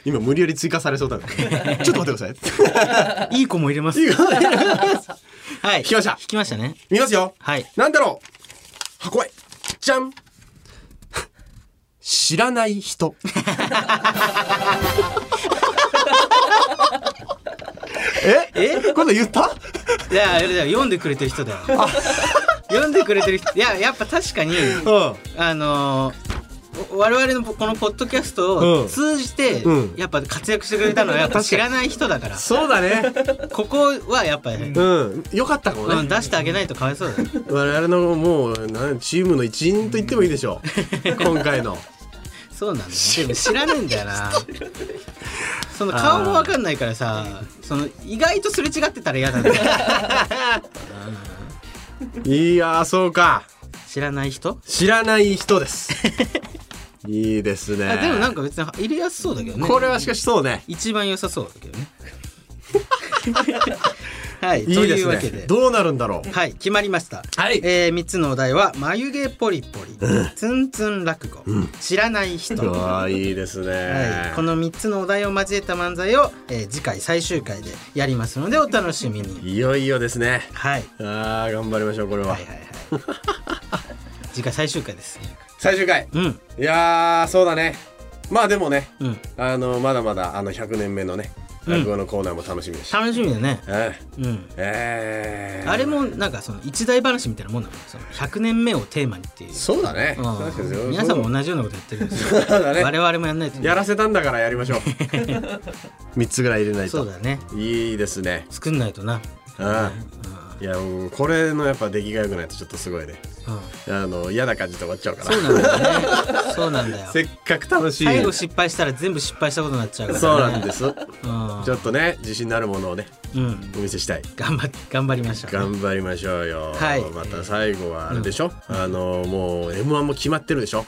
[SPEAKER 2] 今無理やり追加されそうだね (laughs) ちょっと待ってくだ
[SPEAKER 1] さいいい子も入れますはい
[SPEAKER 2] 引きました
[SPEAKER 1] 引きましたね
[SPEAKER 2] (laughs) 見ますよ
[SPEAKER 1] はい
[SPEAKER 2] なんだろう箱へじゃん (laughs) 知らない人 (laughs) ええ今度言った
[SPEAKER 1] いやいやいや読んでくれてる人だよ (laughs) 読んでくれてる人いややっぱ確かに、あのーお我々のこのポッドキャスト
[SPEAKER 2] う
[SPEAKER 1] を
[SPEAKER 2] ん
[SPEAKER 1] 通じて、
[SPEAKER 2] う
[SPEAKER 1] やっぱ活躍してくれたのはやっぱ
[SPEAKER 2] (laughs) 確かに
[SPEAKER 1] 知らない人だから
[SPEAKER 2] そうだね
[SPEAKER 1] ここはやっぱり、
[SPEAKER 2] うんよかったかもね
[SPEAKER 1] うん出してあげないとかわいそうだよ
[SPEAKER 2] 我々のもうなんチームの一員と言ってもいいでしょ
[SPEAKER 1] (laughs)
[SPEAKER 2] う今回の
[SPEAKER 1] そうなんだよでも知らねえんだよ
[SPEAKER 2] (laughs)
[SPEAKER 1] なその顔もわかんないからさその意外とすれ違ってたら嫌だ
[SPEAKER 2] (laughs)
[SPEAKER 1] ね
[SPEAKER 2] いやーそうか
[SPEAKER 1] 知らない人
[SPEAKER 2] 知らない人です
[SPEAKER 1] (laughs)
[SPEAKER 2] いいですね
[SPEAKER 1] あでもなんか別に入れやすそうだけどね
[SPEAKER 2] これはしかしそうね
[SPEAKER 1] 一番良さそうだけどねはい
[SPEAKER 2] いい
[SPEAKER 1] と
[SPEAKER 2] で
[SPEAKER 1] いう
[SPEAKER 2] す
[SPEAKER 1] わけで
[SPEAKER 2] ねどうなるんだろう
[SPEAKER 1] (laughs) はい決まりました、
[SPEAKER 2] はい
[SPEAKER 1] えー、3つのお題は「眉毛ポリポリ」ツンツン落語」知らない人」
[SPEAKER 2] うわーいいですね、
[SPEAKER 1] はい、この3つのお題を交えた漫才を、えー次回最終回でやりますのでお楽しみに
[SPEAKER 2] いよいよですね
[SPEAKER 1] はい
[SPEAKER 2] あー頑張りましょうこれは、
[SPEAKER 1] 次回最終回です
[SPEAKER 2] 最終回、
[SPEAKER 1] うん、
[SPEAKER 2] いやーそうだねまあでもね、
[SPEAKER 1] うん
[SPEAKER 2] あのまだまだあの100年目のね落語のコーナーも楽しみです
[SPEAKER 1] 楽しみだね
[SPEAKER 2] え
[SPEAKER 1] うん
[SPEAKER 2] えー
[SPEAKER 1] あれもなんかその一大話みたいなもんなのその100年目をテーマにっていう
[SPEAKER 2] そうだね
[SPEAKER 1] ん
[SPEAKER 2] 確かにそう
[SPEAKER 1] 皆さんも同じようなことやってるんです
[SPEAKER 2] そ
[SPEAKER 1] よ
[SPEAKER 2] うだね
[SPEAKER 1] 我々もやんないと
[SPEAKER 2] やらせたんだからやり
[SPEAKER 1] (laughs)
[SPEAKER 2] ましょう三つぐらい入れないと
[SPEAKER 1] そうだね
[SPEAKER 2] いいですね
[SPEAKER 1] 作んないとな
[SPEAKER 2] うんいやもうこれのやっぱ出来が良くないとちょっとすごいね、あの嫌な感じで終わっちゃうから
[SPEAKER 1] そうなんだよねそうなんだよ
[SPEAKER 2] (laughs) せっかく楽しい
[SPEAKER 1] 最後失敗したら全部失敗したことになっちゃうから、ね、
[SPEAKER 2] そうなん
[SPEAKER 1] (laughs)
[SPEAKER 2] です、
[SPEAKER 1] ん
[SPEAKER 2] ちょっとね自信のあるものをね、お見せしたい
[SPEAKER 1] 頑張頑張りましょう
[SPEAKER 2] 頑張りましょうよ、
[SPEAKER 1] はい
[SPEAKER 2] また最後はあれでしょ、あのもう m 1も決まってるでしょ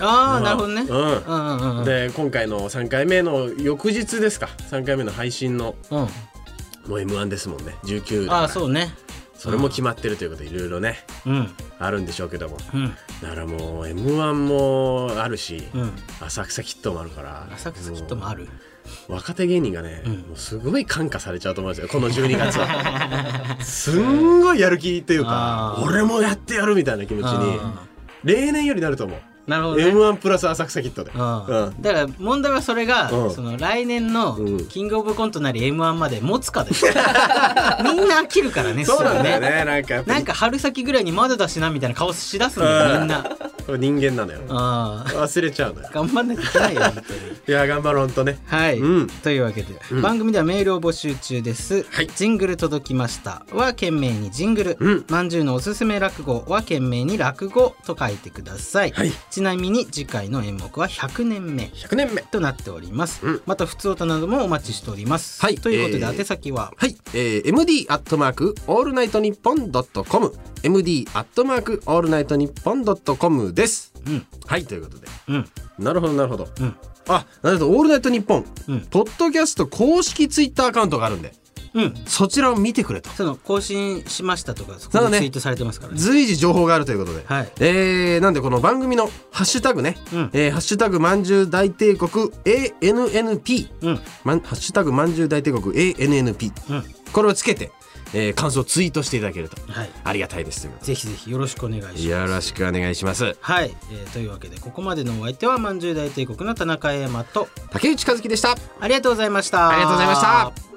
[SPEAKER 1] ああ
[SPEAKER 2] うん
[SPEAKER 1] なるほどね
[SPEAKER 2] うん
[SPEAKER 1] うんうん
[SPEAKER 2] で今回の3回目の翌日ですか3回目の配信の、
[SPEAKER 1] も
[SPEAKER 2] う m 1ですもんね19だから
[SPEAKER 1] ああそうね
[SPEAKER 2] それも決まってるということでいろいろね、
[SPEAKER 1] うん
[SPEAKER 2] あるんでしょうけども
[SPEAKER 1] うん
[SPEAKER 2] だからもう m 1もあるし、
[SPEAKER 1] うん
[SPEAKER 2] 浅草キットもあるから
[SPEAKER 1] 浅草キットもある
[SPEAKER 2] 若手芸人がね、もうすごい感化されちゃうと思うんですよこの12月
[SPEAKER 1] (laughs)
[SPEAKER 2] はすんごいやる気というか俺もやってやるみたいな気持ちに
[SPEAKER 1] あ
[SPEAKER 2] 例年よりなると思う
[SPEAKER 1] なるほど、ね、
[SPEAKER 2] m 1プラス浅草キットで、うん
[SPEAKER 1] だから問題はそれが、
[SPEAKER 2] うん
[SPEAKER 1] その来年のキングオブコントなり m 1まで持つか
[SPEAKER 2] (laughs)
[SPEAKER 1] ですみんな飽きるからね
[SPEAKER 2] そうなんだよ
[SPEAKER 1] すぐ
[SPEAKER 2] ねなんかやっぱ
[SPEAKER 1] なんか春先ぐらいにまだだしなみたいな顔しだすんだよみんな
[SPEAKER 2] これ人間なのよ忘れちゃうのよ
[SPEAKER 1] 頑張んなきゃいけないよ本当に
[SPEAKER 2] いや頑張ろうほんとね
[SPEAKER 1] はい、というわけで、
[SPEAKER 2] うん
[SPEAKER 1] 番組ではメールを募集中です、ジングル届きましたは懸命にジングル、まんじゅうのおすすめ落語は懸命に落語と書いてください、ちなみに次回の演目は100年目
[SPEAKER 2] 100年目
[SPEAKER 1] となっております、また普通歌などもお待ちしております、
[SPEAKER 2] はい
[SPEAKER 1] ということで、
[SPEAKER 2] えー
[SPEAKER 1] 宛先は
[SPEAKER 2] はい、えー、MD アットマークオールナイトニッポンドットコム MD アットマークオールナイトニッポンドットコムです、はいということで、なるほどなるほど、あなるほどオールナイトニッポン、ポッドキャスト公式ツイッターアカウントがあるんでそちらを見てくれと
[SPEAKER 1] その更新しましたとかそ
[SPEAKER 2] た
[SPEAKER 1] こ
[SPEAKER 2] だ
[SPEAKER 1] に
[SPEAKER 2] ね
[SPEAKER 1] ツイートされてますからね
[SPEAKER 2] 随時情報があるということで、えーなんでこの番組のハッシュタグね「えーハッシュタグまんじゅう大帝国 ANNP」まんハッシュタグまんじゅう大帝国 ANNP」これをつけて、えー感想をツイートしていただけると、ありがたいですということ
[SPEAKER 1] ぜひぜひよろしくお願いします
[SPEAKER 2] でよろしくお願いします
[SPEAKER 1] はい、えーというわけでここまでのお相手はまんじゅう大帝国の田中英馬と
[SPEAKER 2] 竹内和樹でした
[SPEAKER 1] ありがとうございました
[SPEAKER 2] ありがとうございました